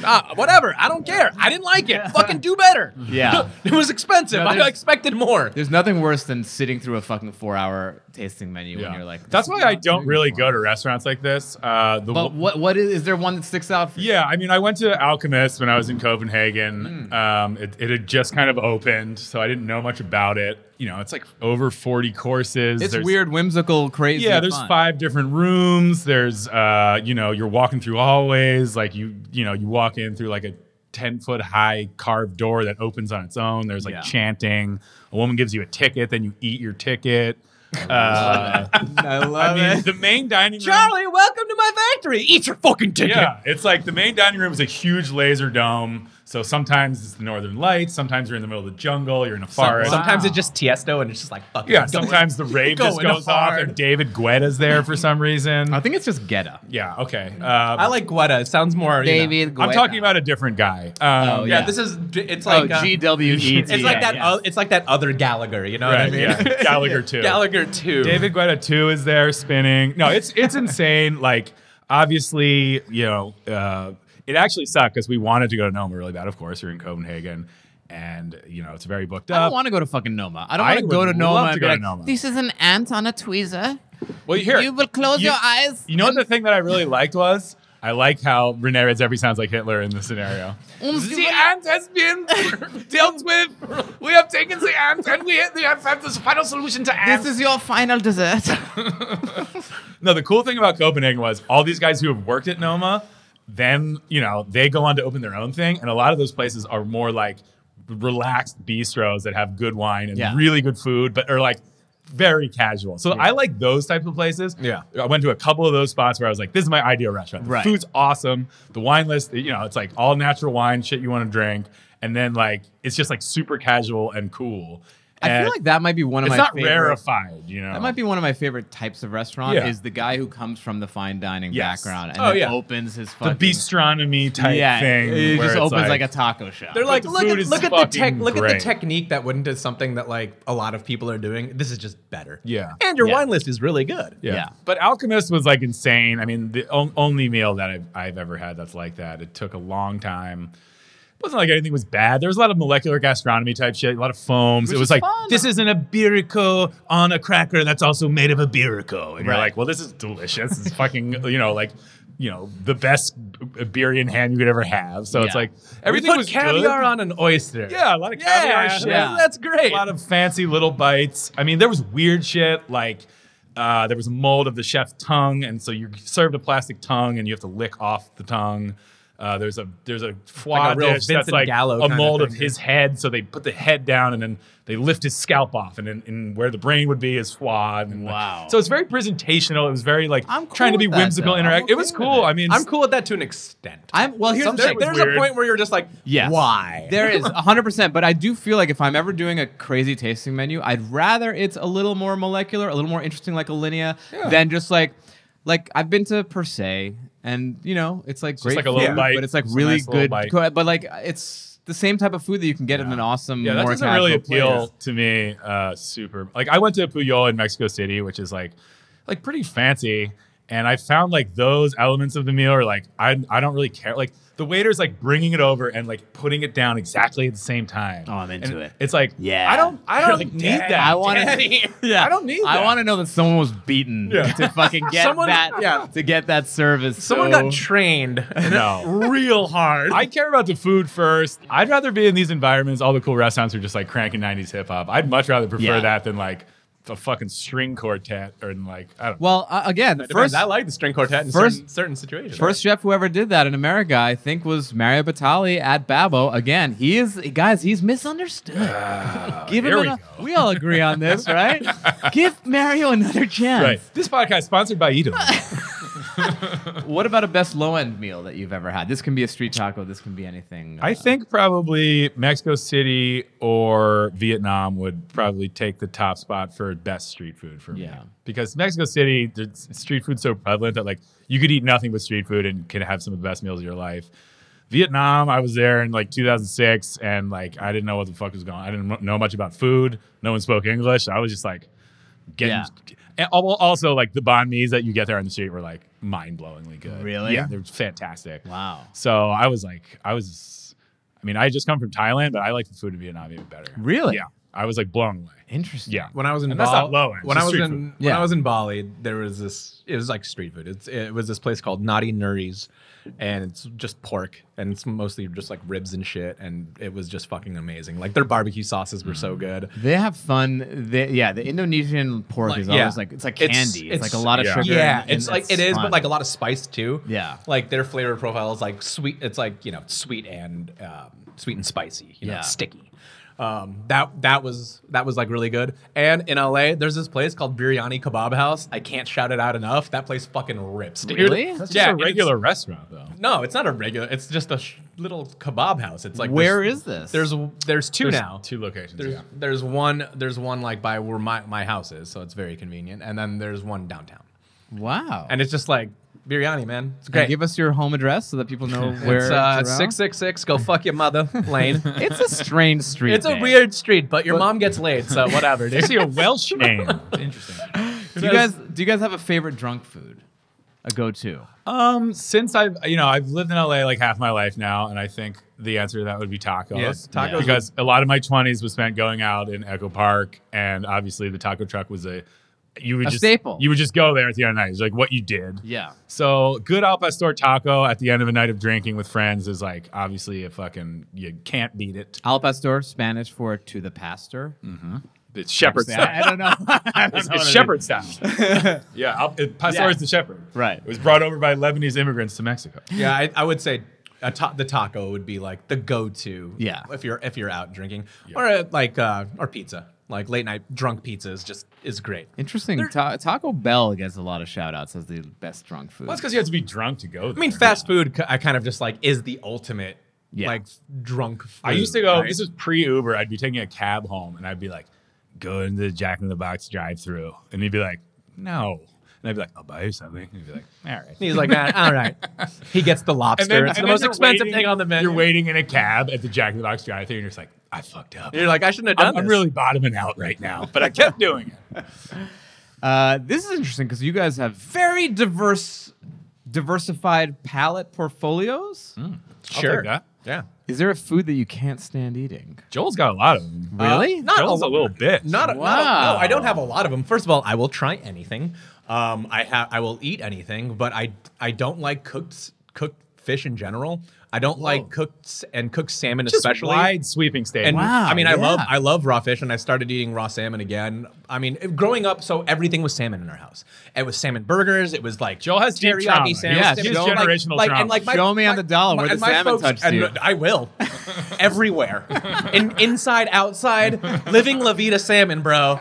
Speaker 4: ah, whatever. I don't care. I didn't like it. Fucking do better.
Speaker 2: Yeah.
Speaker 4: it was expensive.
Speaker 2: No,
Speaker 4: I
Speaker 2: there's-
Speaker 4: expected more.
Speaker 2: There's nothing worse than sitting through a fucking four hour tasting menu when you're like,
Speaker 3: that's
Speaker 2: "This
Speaker 3: why
Speaker 2: is
Speaker 3: I
Speaker 2: not
Speaker 3: don't
Speaker 2: food
Speaker 3: really
Speaker 2: for
Speaker 3: go
Speaker 2: me."
Speaker 3: to restaurants like this. Uh, the
Speaker 2: But what what is, is there one that sticks out? For you?
Speaker 3: Yeah, I mean, I went to Alchemist when I was in Copenhagen.
Speaker 2: Hmm.
Speaker 3: Um, it, it had just kind of opened, so I didn't know much about it. You know, it's like over 40 courses.
Speaker 2: It's
Speaker 3: There's-
Speaker 2: weird, whimsical, crazy.
Speaker 3: Yeah, there's
Speaker 2: fun.
Speaker 3: five different rooms. There's, uh, you know, you're walking through hallways. Like you, you know, you walk in through like a 10 foot high carved door that opens on its own. There's like
Speaker 2: Yeah.
Speaker 3: chanting. A woman gives you a ticket, then you eat your ticket. Uh,
Speaker 2: I
Speaker 3: I
Speaker 2: love
Speaker 3: mean,
Speaker 2: it.
Speaker 3: the main dining room.
Speaker 4: Charlie, welcome to my factory. Eat your fucking ticket.
Speaker 3: Yeah, it's like the main dining room is a huge laser dome. So sometimes it's the northern lights, sometimes you're in the middle of the jungle, you're in a forest.
Speaker 4: Sometimes
Speaker 2: Wow.
Speaker 4: it's just Tiesto, and it's just like fucking.
Speaker 3: yeah, sometimes the rave just
Speaker 4: Going
Speaker 3: goes off
Speaker 4: hard.
Speaker 3: and David Guetta's there for some reason.
Speaker 2: I think it's just Geta.
Speaker 3: Yeah, okay. Uh,
Speaker 4: I like Guetta. It sounds more. you know-
Speaker 2: David.
Speaker 3: I'm talking about a different guy. Um,
Speaker 2: Oh,
Speaker 4: yeah,
Speaker 2: yeah.
Speaker 4: this is. It's
Speaker 2: Oh,
Speaker 4: like. uh,
Speaker 2: G W E T.
Speaker 4: it's like that. o- it's like that other Gallagher. You know what I
Speaker 3: Right,
Speaker 4: mean?
Speaker 3: yeah. Gallagher too.
Speaker 4: Gallagher too.
Speaker 3: David Guetta too is there spinning. No, it's it's insane. Like obviously, you know, uh, it actually sucked because we wanted to go to Noma really bad. Of course, we are in Copenhagen, and you know it's very booked up.
Speaker 2: I don't want to go to fucking Noma. I don't
Speaker 3: I
Speaker 2: want to
Speaker 3: would
Speaker 2: go to
Speaker 3: love
Speaker 2: Noma
Speaker 3: to
Speaker 2: and
Speaker 3: go
Speaker 2: be
Speaker 3: to
Speaker 2: like,
Speaker 3: Noma.
Speaker 2: this is an ant on a tweezer.
Speaker 3: Well, here
Speaker 2: You will close your eyes
Speaker 3: You know what the thing that I really liked was I like how Rene Redzepi sounds like Hitler in this scenario.
Speaker 2: Um, you will-
Speaker 3: ant has been dealt with. We have taken the ant, and we have, the final solution to
Speaker 2: This is your final dessert.
Speaker 3: no, the cool thing about Copenhagen was all these guys who have worked at Noma, then you know they go on to open their own thing, and a lot of those places are more like relaxed bistros that have good wine and
Speaker 2: Yeah.
Speaker 3: really good food, but are like very casual. So I like those types of places.
Speaker 4: Yeah.
Speaker 3: I went to a couple of those spots where I was like, "This is my ideal restaurant. The
Speaker 2: Right.
Speaker 3: food's awesome. The wine list, you know, it's like all natural wine, shit you want to drink, and then like it's just like super casual and cool."
Speaker 2: I
Speaker 3: Uh,
Speaker 2: feel like that might be one of
Speaker 3: it's
Speaker 2: my
Speaker 3: not
Speaker 2: favorite.
Speaker 3: rarefied, you know.
Speaker 2: That might be one of my favorite types of restaurant
Speaker 3: Yeah.
Speaker 2: is the guy who comes from the fine dining
Speaker 3: Yes.
Speaker 2: background and
Speaker 4: Oh,
Speaker 2: then
Speaker 4: yeah.
Speaker 2: opens his
Speaker 3: the
Speaker 2: fucking
Speaker 3: bistronomy type
Speaker 2: yeah,
Speaker 3: thing.
Speaker 2: It
Speaker 3: where
Speaker 2: just
Speaker 3: it's
Speaker 2: opens like, a taco shop.
Speaker 4: They're like,
Speaker 3: the
Speaker 4: look
Speaker 3: food
Speaker 4: at
Speaker 3: is
Speaker 4: look at the tech,
Speaker 3: fucking
Speaker 4: look at
Speaker 3: great.
Speaker 4: the technique that went into something that like a lot of people are doing. This is just better.
Speaker 3: Yeah.
Speaker 4: and your
Speaker 2: Yeah.
Speaker 4: wine list is really good.
Speaker 3: Yeah.
Speaker 2: Yeah.
Speaker 3: But Alchemist was like insane. I mean, the on- only meal that I've, I've ever had that's like that. It took a long time. It wasn't like anything was bad. There was a lot of molecular gastronomy type shit, a lot of foams.
Speaker 2: Which
Speaker 3: it was
Speaker 2: is
Speaker 3: like,
Speaker 2: fun.
Speaker 3: this is an Iberico on a cracker that's also made of Iberico. And you're
Speaker 2: Right.
Speaker 3: like, well, this is delicious. It's fucking, you know, like, you know, the best Iberian ham you could ever have. So it's
Speaker 2: Yeah.
Speaker 3: like,
Speaker 4: Everything
Speaker 3: everything
Speaker 4: put
Speaker 3: was
Speaker 4: caviar
Speaker 3: good.
Speaker 4: on an oyster.
Speaker 3: Yeah, a lot of caviar.
Speaker 4: yeah,
Speaker 3: shit.
Speaker 2: yeah.
Speaker 4: that's great.
Speaker 3: A lot of fancy little bites. I mean, there was weird shit like uh, there was a mold of the chef's tongue, and so you're served a plastic tongue, and you have to lick off the tongue. Uh, there's a there's a foie
Speaker 4: Like a real
Speaker 3: dish that's
Speaker 4: Vincent
Speaker 3: like
Speaker 4: Gallo
Speaker 3: a
Speaker 4: kinda
Speaker 3: mold of
Speaker 4: thing.
Speaker 3: his head, so they put the head down and then they lift his scalp off, and then and where the brain would be is foie. And then, like-
Speaker 2: Wow.
Speaker 3: so it's very presentational. It was very like
Speaker 2: I'm cool
Speaker 3: trying to be
Speaker 2: with that,
Speaker 3: whimsical,
Speaker 2: though. I'm
Speaker 3: interact.
Speaker 2: okay
Speaker 3: it was
Speaker 2: with
Speaker 3: cool.
Speaker 2: it.
Speaker 3: I mean,
Speaker 4: I'm cool with that to an extent.
Speaker 2: I'm well. Here's
Speaker 4: Some-
Speaker 2: the
Speaker 4: there-
Speaker 2: thing.
Speaker 4: there's
Speaker 3: weird.
Speaker 4: a point where you're just like,
Speaker 2: Yes.
Speaker 4: why?
Speaker 2: There is 100%, but I do feel like if I'm ever doing a crazy tasting menu, I'd rather it's a little more molecular, a little more interesting like Alinea than just like like I've been to Per se and you know, it's like great
Speaker 3: like a little
Speaker 2: food,
Speaker 3: bite,
Speaker 2: but it's like
Speaker 3: just a
Speaker 2: really
Speaker 3: nice little
Speaker 2: good
Speaker 3: bite.
Speaker 2: co- but like it's the same type of food that you can get in an awesome
Speaker 3: Yeah, that
Speaker 2: more
Speaker 3: doesn't
Speaker 2: casual
Speaker 3: really appeal
Speaker 2: place.
Speaker 3: to me. Uh, super. Like I went to Puyol in Mexico City, which is like, like pretty fancy, and I found like those elements of the meal are like I I don't really care. Like the waiter's like bringing it over and like putting it down exactly at the same time.
Speaker 2: Oh, I'm into
Speaker 3: And
Speaker 2: it.
Speaker 3: It's like
Speaker 2: Yeah.
Speaker 3: I don't I
Speaker 2: You're
Speaker 3: don't
Speaker 2: like,
Speaker 3: need
Speaker 2: "Dad,
Speaker 3: that.
Speaker 2: I wanna-
Speaker 3: Daddy."
Speaker 2: Yeah.
Speaker 3: I don't need
Speaker 2: I
Speaker 3: that.
Speaker 2: want to know that someone was beaten
Speaker 3: Yeah.
Speaker 2: to fucking get
Speaker 4: Someone-
Speaker 2: that
Speaker 4: yeah.
Speaker 2: to get that service.
Speaker 4: Someone
Speaker 2: so-
Speaker 4: got trained
Speaker 3: No.
Speaker 4: real hard.
Speaker 3: I care about the food first. I'd rather be in these environments. All the cool restaurants are just like cranking '90s hip hop. I'd much rather prefer
Speaker 2: Yeah.
Speaker 3: that than like a fucking string quartet or like I don't. know.
Speaker 2: well, uh, again, the first
Speaker 4: I like the string quartet in
Speaker 2: first-
Speaker 4: certain, certain situations.
Speaker 2: First chef who ever did that in America, I think, was Mario Batali at Babbo. Again, he is, guys, he's misunderstood.
Speaker 4: Ah,
Speaker 2: Give him
Speaker 3: here we
Speaker 2: ano-
Speaker 3: go.
Speaker 2: we all agree on this, right? Give Mario another
Speaker 3: Right.
Speaker 2: chance.
Speaker 3: This podcast is sponsored by Edom.
Speaker 2: What about a best low end meal that you've ever had? This can be a street taco. This can be anything. uh,
Speaker 3: I think probably Mexico City or Vietnam would probably take the top spot for best street food for me.
Speaker 2: Yeah.
Speaker 3: Because Mexico City, the s- street food's so prevalent that like you could eat nothing but street food and can have some of the best meals of your life. Vietnam, I was there in like 2006 and like I didn't know what the fuck was going on. I didn't know much about food. No one spoke English. I was just like getting and al- also like the banh mi's that you get there on the street were like mind-blowingly good.
Speaker 2: Really?
Speaker 3: Yeah, they're fantastic.
Speaker 2: Wow.
Speaker 3: So I was like, I was, I mean, I had just come from Thailand, but I like the food in Vietnam even better.
Speaker 2: Really?
Speaker 3: Yeah. I was like blown away.
Speaker 2: Interesting.
Speaker 3: Yeah.
Speaker 4: when I was in
Speaker 3: And that's not
Speaker 4: Bali,
Speaker 3: low end, it's
Speaker 4: when I
Speaker 3: just
Speaker 4: was
Speaker 3: street
Speaker 4: in
Speaker 3: food.
Speaker 4: when
Speaker 2: Yeah.
Speaker 4: I was in Bali, there was this. It was like street food. It's it was this place called Naughty Nuri's, and it's just pork, and it's mostly just like ribs and shit, and it was just fucking amazing. Like their barbecue sauces were
Speaker 3: Mm-hmm.
Speaker 4: so good.
Speaker 2: They have fun. They, yeah, the Indonesian pork
Speaker 4: Like,
Speaker 2: is
Speaker 4: yeah.
Speaker 2: always like it's like
Speaker 4: It's-
Speaker 2: candy. It's, like
Speaker 4: it's-
Speaker 2: a lot of
Speaker 3: yeah.
Speaker 2: sugar.
Speaker 4: Yeah,
Speaker 2: and-
Speaker 4: it's
Speaker 2: and
Speaker 4: like it is,
Speaker 2: fun.
Speaker 4: but like a lot of spice too.
Speaker 2: Yeah.
Speaker 4: like their flavor profile is like sweet. It's like you know sweet and um, sweet and spicy. You know,
Speaker 2: Yeah.
Speaker 4: it's sticky. Um, that that was that was like really good. And in LA, there's this place called Biryani Kebab House. I can't shout it out enough. That place fucking rips. Dude.
Speaker 2: Really?
Speaker 3: That's just
Speaker 4: yeah,
Speaker 3: a
Speaker 4: it's-
Speaker 3: regular restaurant, though.
Speaker 4: No, it's not a regular. It's just a sh- little kebab house. It's like
Speaker 2: Where
Speaker 4: where
Speaker 2: is
Speaker 4: is
Speaker 2: this?
Speaker 4: There's there's two
Speaker 3: There's
Speaker 4: now.
Speaker 3: Two locations.
Speaker 4: There's
Speaker 3: yeah.
Speaker 4: there's one there's one like by where my my house is, so it's very convenient. And then there's one downtown.
Speaker 2: wow.
Speaker 4: And it's just like biryani, man. It's
Speaker 2: Okay,
Speaker 4: great.
Speaker 2: give us your home address so that people know where
Speaker 4: It's uh,
Speaker 2: around.
Speaker 4: six six six. Go fuck your mother, Lane.
Speaker 2: It's a strange street.
Speaker 4: it's a
Speaker 2: name.
Speaker 4: weird street, but your mom gets laid, so whatever.
Speaker 3: It's
Speaker 4: Dude.
Speaker 3: actually a Welsh name. Interesting.
Speaker 2: Do you guys do you guys have a favorite drunk food? A go-to.
Speaker 3: Um, since I've you know I've lived in LA like half my life now, and I think the answer to that would be tacos.
Speaker 4: Yeah, tacos Yeah.
Speaker 3: because a lot of my twenties was spent going out in Echo Park, and obviously the taco truck was a you would
Speaker 2: A
Speaker 3: just
Speaker 2: staple.
Speaker 3: You would just go there at the end of the night. It's like what you did.
Speaker 2: Yeah.
Speaker 3: So good al pastor taco at the end of a night of drinking with friends is like obviously a fucking you can't beat it.
Speaker 2: Al pastor, Spanish for to the pastor.
Speaker 3: It's shepherd
Speaker 2: Say,
Speaker 3: style.
Speaker 2: I, I don't know. I don't
Speaker 3: It's,
Speaker 2: know
Speaker 3: it's
Speaker 2: what it
Speaker 3: shepherd style. yeah, al, it, pastor
Speaker 2: Yeah.
Speaker 3: is the shepherd.
Speaker 2: Right.
Speaker 3: It was brought over by Lebanese immigrants to Mexico.
Speaker 4: yeah, I, I would say a ta- the taco would be like the go to.
Speaker 2: Yeah.
Speaker 4: if you're if you're out drinking or uh, like uh, or pizza, like late night drunk pizza is just is great.
Speaker 2: is. Interesting. Ta- Taco Bell gets a lot of shout outs as the best drunk food.
Speaker 3: Well, that's because you have to be drunk to go. There.
Speaker 4: I mean, fast food ki- I kind of just like is the ultimate
Speaker 2: Yeah.
Speaker 4: like drunk. Food,
Speaker 3: I used to go.
Speaker 4: right?
Speaker 3: This was pre Uber. I'd be taking a cab home, and I'd be like, go into the Jack in the Box drive through And he'd be like, no. And I'd be like, I'll buy you something. And he'd be like, all right.
Speaker 4: He's like, "Ah, all right. He gets the lobster. it's the
Speaker 3: and
Speaker 4: most
Speaker 3: you're
Speaker 4: expensive
Speaker 3: waiting-
Speaker 4: thing on the menu.
Speaker 3: You're waiting in a cab at the Jack in the Box drive through and you're just like, I fucked up.
Speaker 4: You're like, I shouldn't have done
Speaker 3: I'm, I'm
Speaker 4: this."
Speaker 3: really bottoming out right now, but I kept doing it.
Speaker 2: Uh, this is interesting because you guys have very diverse, diversified palette portfolios.
Speaker 3: I'll
Speaker 4: Sure.
Speaker 3: take that.
Speaker 4: Yeah.
Speaker 2: Is there a food that you can't stand eating?
Speaker 3: Joel's got a lot of them.
Speaker 4: Uh,
Speaker 2: Really?
Speaker 4: Not
Speaker 3: Joel's a
Speaker 4: a
Speaker 3: little bitch.
Speaker 4: Not a,
Speaker 2: Wow.
Speaker 4: not a- no, I don't have a lot of them. First of all, I will try anything. Um, I have I will eat anything, but I I don't like cooked s- cooked fish in general. I don't
Speaker 2: Oh.
Speaker 4: like cooked s- and cooked salmon
Speaker 3: just
Speaker 4: especially.
Speaker 3: wide sweeping statement.
Speaker 4: And
Speaker 2: Wow,
Speaker 4: I mean, I love
Speaker 2: yeah.
Speaker 4: I love raw fish, and I started eating raw salmon again. I mean, if- growing up, so everything was salmon in our house. It was salmon burgers. It was like
Speaker 3: Joel has deep
Speaker 4: teriyaki
Speaker 3: trauma.
Speaker 4: salmon.
Speaker 3: Yes,
Speaker 4: salmon-
Speaker 3: he has
Speaker 4: Joel, like-
Speaker 3: generational
Speaker 4: like,
Speaker 3: trauma.
Speaker 4: and like my-
Speaker 2: Show me on
Speaker 4: my-
Speaker 2: the dollar where
Speaker 4: my-
Speaker 2: the
Speaker 4: and my
Speaker 2: salmon
Speaker 4: folks-
Speaker 2: touched you.
Speaker 4: and I will, everywhere, in inside, outside, living La Vida salmon, bro.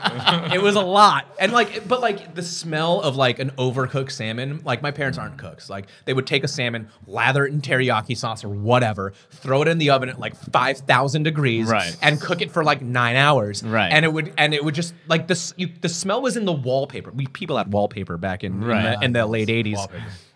Speaker 4: It was a lot, and like, but like the smell of like an overcooked salmon. Like my parents aren't cooks. Like they would take a salmon, lather it in teriyaki sauce or whatever, throw it in the oven at like five thousand degrees,
Speaker 2: Right.
Speaker 4: and cook it for like nine hours,
Speaker 2: Right.
Speaker 4: And it would and it would just like this. You, the smell was in the wallpaper. We people had wallpaper back in in,
Speaker 2: Right.
Speaker 4: the, in the late '80s,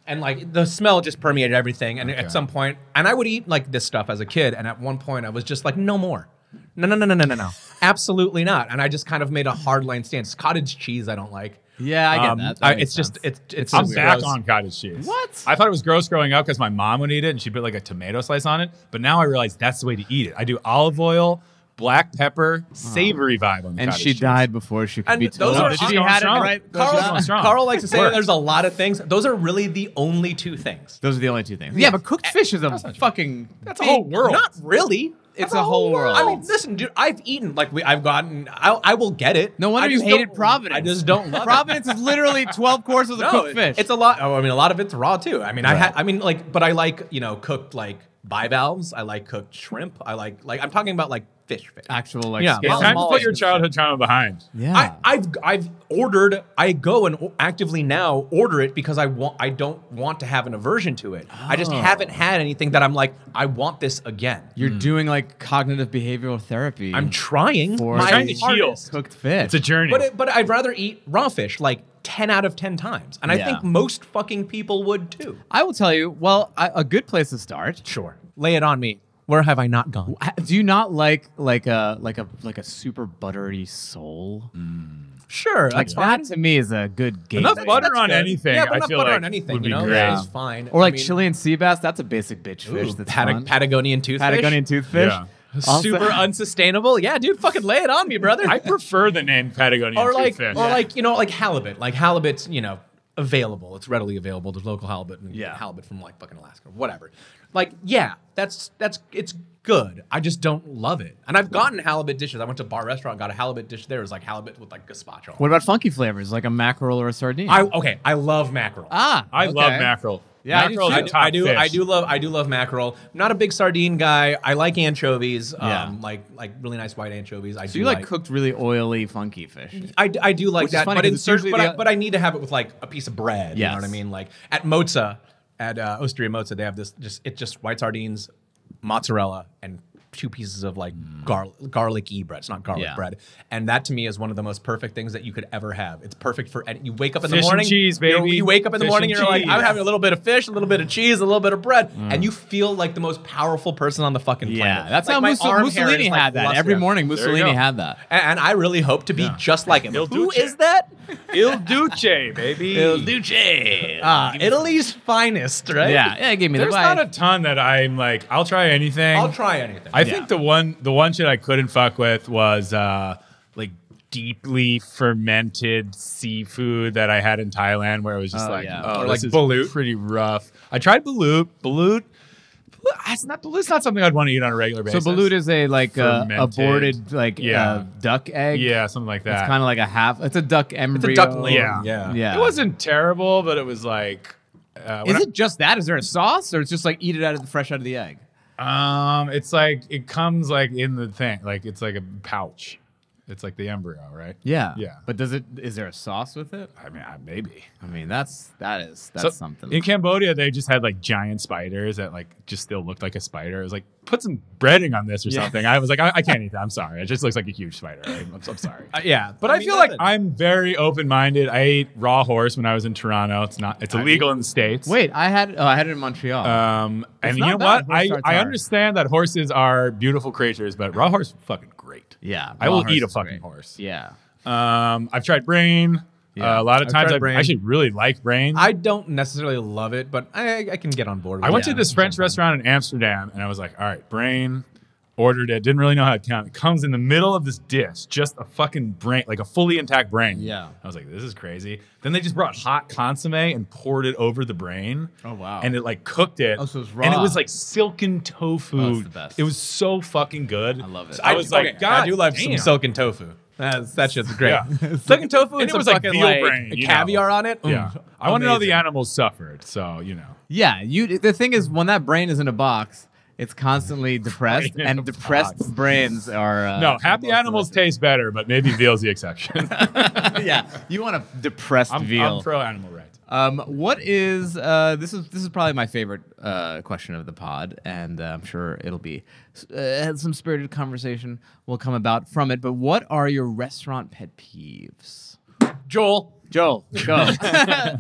Speaker 4: and like the smell just permeated everything. And at some point, and I would eat like this stuff as a kid, and at one point, I was just like, no more. No, no, no, no, no, no, no. Absolutely not. And I just kind of made a hard line stance. Cottage cheese, I don't like.
Speaker 2: Yeah, I get
Speaker 3: Um,
Speaker 2: that. That
Speaker 4: I,
Speaker 2: makes
Speaker 4: it's just
Speaker 2: sense.
Speaker 4: it's it's.
Speaker 3: I'm
Speaker 4: just
Speaker 3: back
Speaker 4: gross.
Speaker 3: on cottage cheese.
Speaker 2: What?
Speaker 3: I thought it was gross growing up because my mom would eat it and she'd put like a tomato slice on it. But now I realize that's the way to eat it. I do olive oil, black pepper, savory vibe on the
Speaker 2: and
Speaker 3: cottage
Speaker 2: she
Speaker 3: cheese.
Speaker 2: died before she could
Speaker 4: And
Speaker 2: be
Speaker 4: those
Speaker 2: told.
Speaker 4: are-
Speaker 2: she
Speaker 4: she's
Speaker 3: going
Speaker 2: had
Speaker 3: strong.
Speaker 2: it right.
Speaker 3: Carl-
Speaker 2: Those are-
Speaker 3: Strong,
Speaker 4: Carl,
Speaker 3: strong.
Speaker 4: Carl likes to say
Speaker 3: Works.
Speaker 4: that there's a lot of things. Those are really the only two things.
Speaker 2: those are the only two things. Yeah, but cooked fish is a fucking.
Speaker 3: That's a whole world.
Speaker 4: Not really.
Speaker 2: It's a whole world.
Speaker 4: I mean, listen, dude. I've eaten like we. I've gotten. I, I will get it.
Speaker 2: No wonder
Speaker 4: I
Speaker 2: you
Speaker 4: just
Speaker 2: hated
Speaker 4: don't-
Speaker 2: Providence.
Speaker 4: I just don't love it.
Speaker 2: Providence is literally twelve courses of
Speaker 4: No,
Speaker 2: cooked fish.
Speaker 4: It's a lot. oh, I mean, a lot of it's raw too. I mean, I had. I mean, like, but I like you know cooked like bivalves. I like cooked shrimp. I like like I'm talking about like fish. fish.
Speaker 2: actual like.
Speaker 4: Yeah,
Speaker 2: scale.
Speaker 3: It's time to
Speaker 4: Molly
Speaker 3: put your
Speaker 4: is-
Speaker 3: childhood trauma behind.
Speaker 2: yeah.
Speaker 4: I, I've I've ordered. I go and o- actively now order it because I want. I don't want to have an aversion to it. I just haven't had anything that I'm like. I want this again.
Speaker 2: You're doing like cognitive behavioral therapy.
Speaker 4: I'm trying.
Speaker 2: for
Speaker 4: my
Speaker 3: Trying to heal.
Speaker 4: hardest.
Speaker 2: cooked fish.
Speaker 3: It's a journey.
Speaker 4: But it, but I'd rather eat raw fish like ten out of ten times, and I
Speaker 2: Yeah.
Speaker 4: think most fucking people would too.
Speaker 2: I will tell you. Well, I, a good place to start.
Speaker 4: Sure, lay it on me. Where have I not gone?
Speaker 2: Ha- Do you not like like a like a like a super buttery sole?
Speaker 4: Sure,
Speaker 2: Like
Speaker 4: that's
Speaker 2: that
Speaker 4: fine.
Speaker 2: to me is a good game.
Speaker 3: Enough butter
Speaker 4: That's
Speaker 3: on
Speaker 4: good.
Speaker 3: anything.
Speaker 4: Yeah, but
Speaker 3: I
Speaker 4: enough
Speaker 3: feel
Speaker 4: butter
Speaker 3: like
Speaker 4: on anything.
Speaker 3: Would be
Speaker 4: you know,
Speaker 3: great.
Speaker 4: That
Speaker 2: Yeah.
Speaker 4: is fine.
Speaker 2: Or like
Speaker 4: I mean,
Speaker 2: Chilean sea bass. That's a basic bitch
Speaker 4: ooh,
Speaker 2: fish. That's
Speaker 4: Pat-
Speaker 2: fun.
Speaker 4: Patagonian toothfish.
Speaker 2: Patagonian toothfish.
Speaker 3: Yeah.
Speaker 2: Also-
Speaker 4: Super unsustainable. Yeah, dude, fucking lay it on me, brother.
Speaker 3: I prefer the name Patagonian
Speaker 4: or like,
Speaker 3: toothfish.
Speaker 4: or like, you know, like halibut. Like halibut's, you know, available. It's readily available. There's local halibut and
Speaker 2: Yeah.
Speaker 4: halibut from like fucking Alaska, whatever. Like, yeah, that's that's it's good. I just don't love it. And I've gotten halibut dishes. I went to a bar restaurant, got a halibut dish. There it was like halibut with like gazpacho. on
Speaker 2: What about funky flavors like a mackerel or a sardine?
Speaker 4: it. I okay. I love mackerel.
Speaker 2: ah,
Speaker 3: I love
Speaker 2: okay.
Speaker 3: mackerel.
Speaker 2: Yeah, I do
Speaker 3: mackerel
Speaker 2: too.
Speaker 4: I,
Speaker 3: is
Speaker 4: do-
Speaker 3: a top
Speaker 4: I do.
Speaker 3: Fish.
Speaker 4: I do love. I do love mackerel. I'm not a big sardine guy. I like anchovies. Um,
Speaker 2: Yeah.
Speaker 4: like like really nice white anchovies. I
Speaker 2: So
Speaker 4: do
Speaker 2: you like cooked really oily funky fish?
Speaker 4: I, d- I do like
Speaker 2: Which is
Speaker 4: that,
Speaker 2: funny
Speaker 4: but
Speaker 2: 'cause
Speaker 4: in
Speaker 2: it's
Speaker 4: certain,
Speaker 2: usually
Speaker 4: but,
Speaker 2: the
Speaker 4: I,
Speaker 2: o-
Speaker 4: but I need to have it with like a piece of bread. You know what I
Speaker 2: Yes.
Speaker 4: mean? Like at Moza, at uh, Osteria Moza, they have this just it's just white sardines, mozzarella, and two pieces of like gar- garlicky bread. It's not garlic
Speaker 2: Mm. Yeah.
Speaker 4: bread, and that to me is one of the most perfect things that you could ever have. It's perfect for any, you wake up in
Speaker 3: Fish and
Speaker 4: the morning,
Speaker 3: cheese,
Speaker 4: you're-
Speaker 3: baby.
Speaker 4: You wake up in
Speaker 3: Fish
Speaker 4: the morning,
Speaker 3: and
Speaker 4: you're like, I'm
Speaker 3: cheese.
Speaker 4: having a little bit of fish, a little bit of cheese, a little bit of bread, and you feel like the most powerful person on the fucking planet.
Speaker 2: Mm. Yeah, that's
Speaker 4: Like,
Speaker 2: how
Speaker 4: my
Speaker 2: Mussol-
Speaker 4: arm hair
Speaker 2: Mussolini
Speaker 4: is, like,
Speaker 2: had that. Every
Speaker 4: lustrous.
Speaker 2: morning,
Speaker 3: There you
Speaker 2: Mussolini
Speaker 3: go.
Speaker 2: had that.
Speaker 4: And, and I really hope to be just like him.
Speaker 3: Il
Speaker 4: Who
Speaker 3: Duce.
Speaker 4: is that?
Speaker 3: Il Duce, baby.
Speaker 2: Mm.
Speaker 4: Il
Speaker 3: Duce.
Speaker 4: Ah, Italy's finest, right?
Speaker 2: Yeah, yeah, give me
Speaker 3: There's
Speaker 2: the
Speaker 3: not
Speaker 2: bite.
Speaker 3: a ton that I'm like. I'll try anything.
Speaker 4: I'll try anything.
Speaker 3: I think the one the one shit I couldn't fuck with was uh like deeply fermented seafood that I had in Thailand where it was just
Speaker 2: Oh,
Speaker 3: like
Speaker 2: yeah.
Speaker 3: oh,
Speaker 4: Or
Speaker 3: this
Speaker 4: like
Speaker 3: is
Speaker 4: balut.
Speaker 3: pretty rough. I tried balut, balut. balut- ah, It's not balut's not something I'd want to eat on a regular
Speaker 2: So
Speaker 3: basis.
Speaker 2: balut is a like uh,
Speaker 3: Fermented.
Speaker 2: aborted like
Speaker 3: Yeah.
Speaker 2: uh, duck egg.
Speaker 3: yeah, something like that.
Speaker 2: it's kind of like a half. It's a duck embryo.
Speaker 4: duck laying.
Speaker 3: yeah.
Speaker 4: Yeah.
Speaker 2: Yeah.
Speaker 3: It wasn't terrible, but it was like uh, when
Speaker 2: Is it just that? Is there a sauce, or it's just like eat it out of the fresh out of the egg?
Speaker 3: I- um it's like it comes like in the thing, like it's like a pouch. It's like the embryo, right?
Speaker 2: Yeah.
Speaker 3: Yeah.
Speaker 2: But does it? Is there a sauce with it?
Speaker 3: I mean, I, maybe.
Speaker 2: I mean, that's that is that's
Speaker 3: So,
Speaker 2: something.
Speaker 3: In Cambodia, they just had like giant spiders that like just still looked like a spider. It was like put some breading on this or
Speaker 2: Yeah.
Speaker 3: something. I was like, I, I can't eat that. I'm sorry. It just looks like a huge spider. I'm, I'm, I'm sorry.
Speaker 4: Uh, yeah,
Speaker 3: But I,
Speaker 4: mean,
Speaker 3: feel like
Speaker 4: nothing.
Speaker 3: I'm very open minded. I ate raw horse when I was in Toronto. It's not. It's illegal in the states.
Speaker 2: Wait, I had oh, I had it in Montreal.
Speaker 3: Um, and you
Speaker 2: not
Speaker 3: know
Speaker 2: bad.
Speaker 3: what? I, I
Speaker 2: Horse tartare.
Speaker 3: understand that horses are beautiful creatures, but raw horse is fucking great.
Speaker 2: yeah,
Speaker 3: I will
Speaker 2: raw
Speaker 3: eat a
Speaker 2: horse is
Speaker 3: fucking
Speaker 2: great.
Speaker 3: horse.
Speaker 2: Yeah,
Speaker 3: Um, I've tried brain. Uh, a lot of
Speaker 4: I've
Speaker 3: times
Speaker 4: tried
Speaker 3: I've
Speaker 4: brain.
Speaker 3: actually really like brain.
Speaker 4: I don't necessarily love it, but I, I can get on board. With
Speaker 3: I went
Speaker 4: it.
Speaker 3: to this French restaurant in Amsterdam and I was like, all right, brain, ordered it. Didn't really know how to count. It comes in the middle of this dish, just a fucking brain, like a fully intact brain.
Speaker 2: Yeah.
Speaker 3: I was like, this is crazy. Then they just brought hot consomme and poured it over the brain.
Speaker 2: Oh, wow.
Speaker 3: And it like cooked it.
Speaker 2: Oh, so it's
Speaker 3: And it
Speaker 2: raw.
Speaker 3: was like silken tofu.
Speaker 2: Oh, it's the best.
Speaker 3: It was so fucking good. I
Speaker 2: love it.
Speaker 3: I was like,
Speaker 4: okay,
Speaker 3: God,
Speaker 4: I do love
Speaker 3: damn."
Speaker 4: some silken tofu. That's that's just great.
Speaker 3: Yeah.
Speaker 4: silken tofu and,
Speaker 3: it
Speaker 4: some
Speaker 3: was like
Speaker 4: fucking
Speaker 3: veal
Speaker 4: like
Speaker 3: brain, you know.
Speaker 4: caviar on it.
Speaker 3: Yeah.
Speaker 4: Mm,
Speaker 3: I want to know
Speaker 4: amazing.
Speaker 3: the animals suffered. So, you know.
Speaker 2: yeah. You the thing is when that brain is in a box, it's constantly depressed,
Speaker 3: in a
Speaker 2: and depressed
Speaker 3: box.
Speaker 2: brains are uh,
Speaker 3: No, happy
Speaker 2: most
Speaker 3: animals taste better, but maybe veal's the exception.
Speaker 2: delicious. yeah, you want a depressed
Speaker 3: I'm,
Speaker 2: veal.
Speaker 3: I'm pro animal rights.
Speaker 2: Um, what is uh, this is this is probably my favorite uh, question of the pod, and uh, I'm sure it'll be uh, some spirited conversation will come about from it. But what are your restaurant pet peeves?
Speaker 3: Joel.
Speaker 2: Joel, go.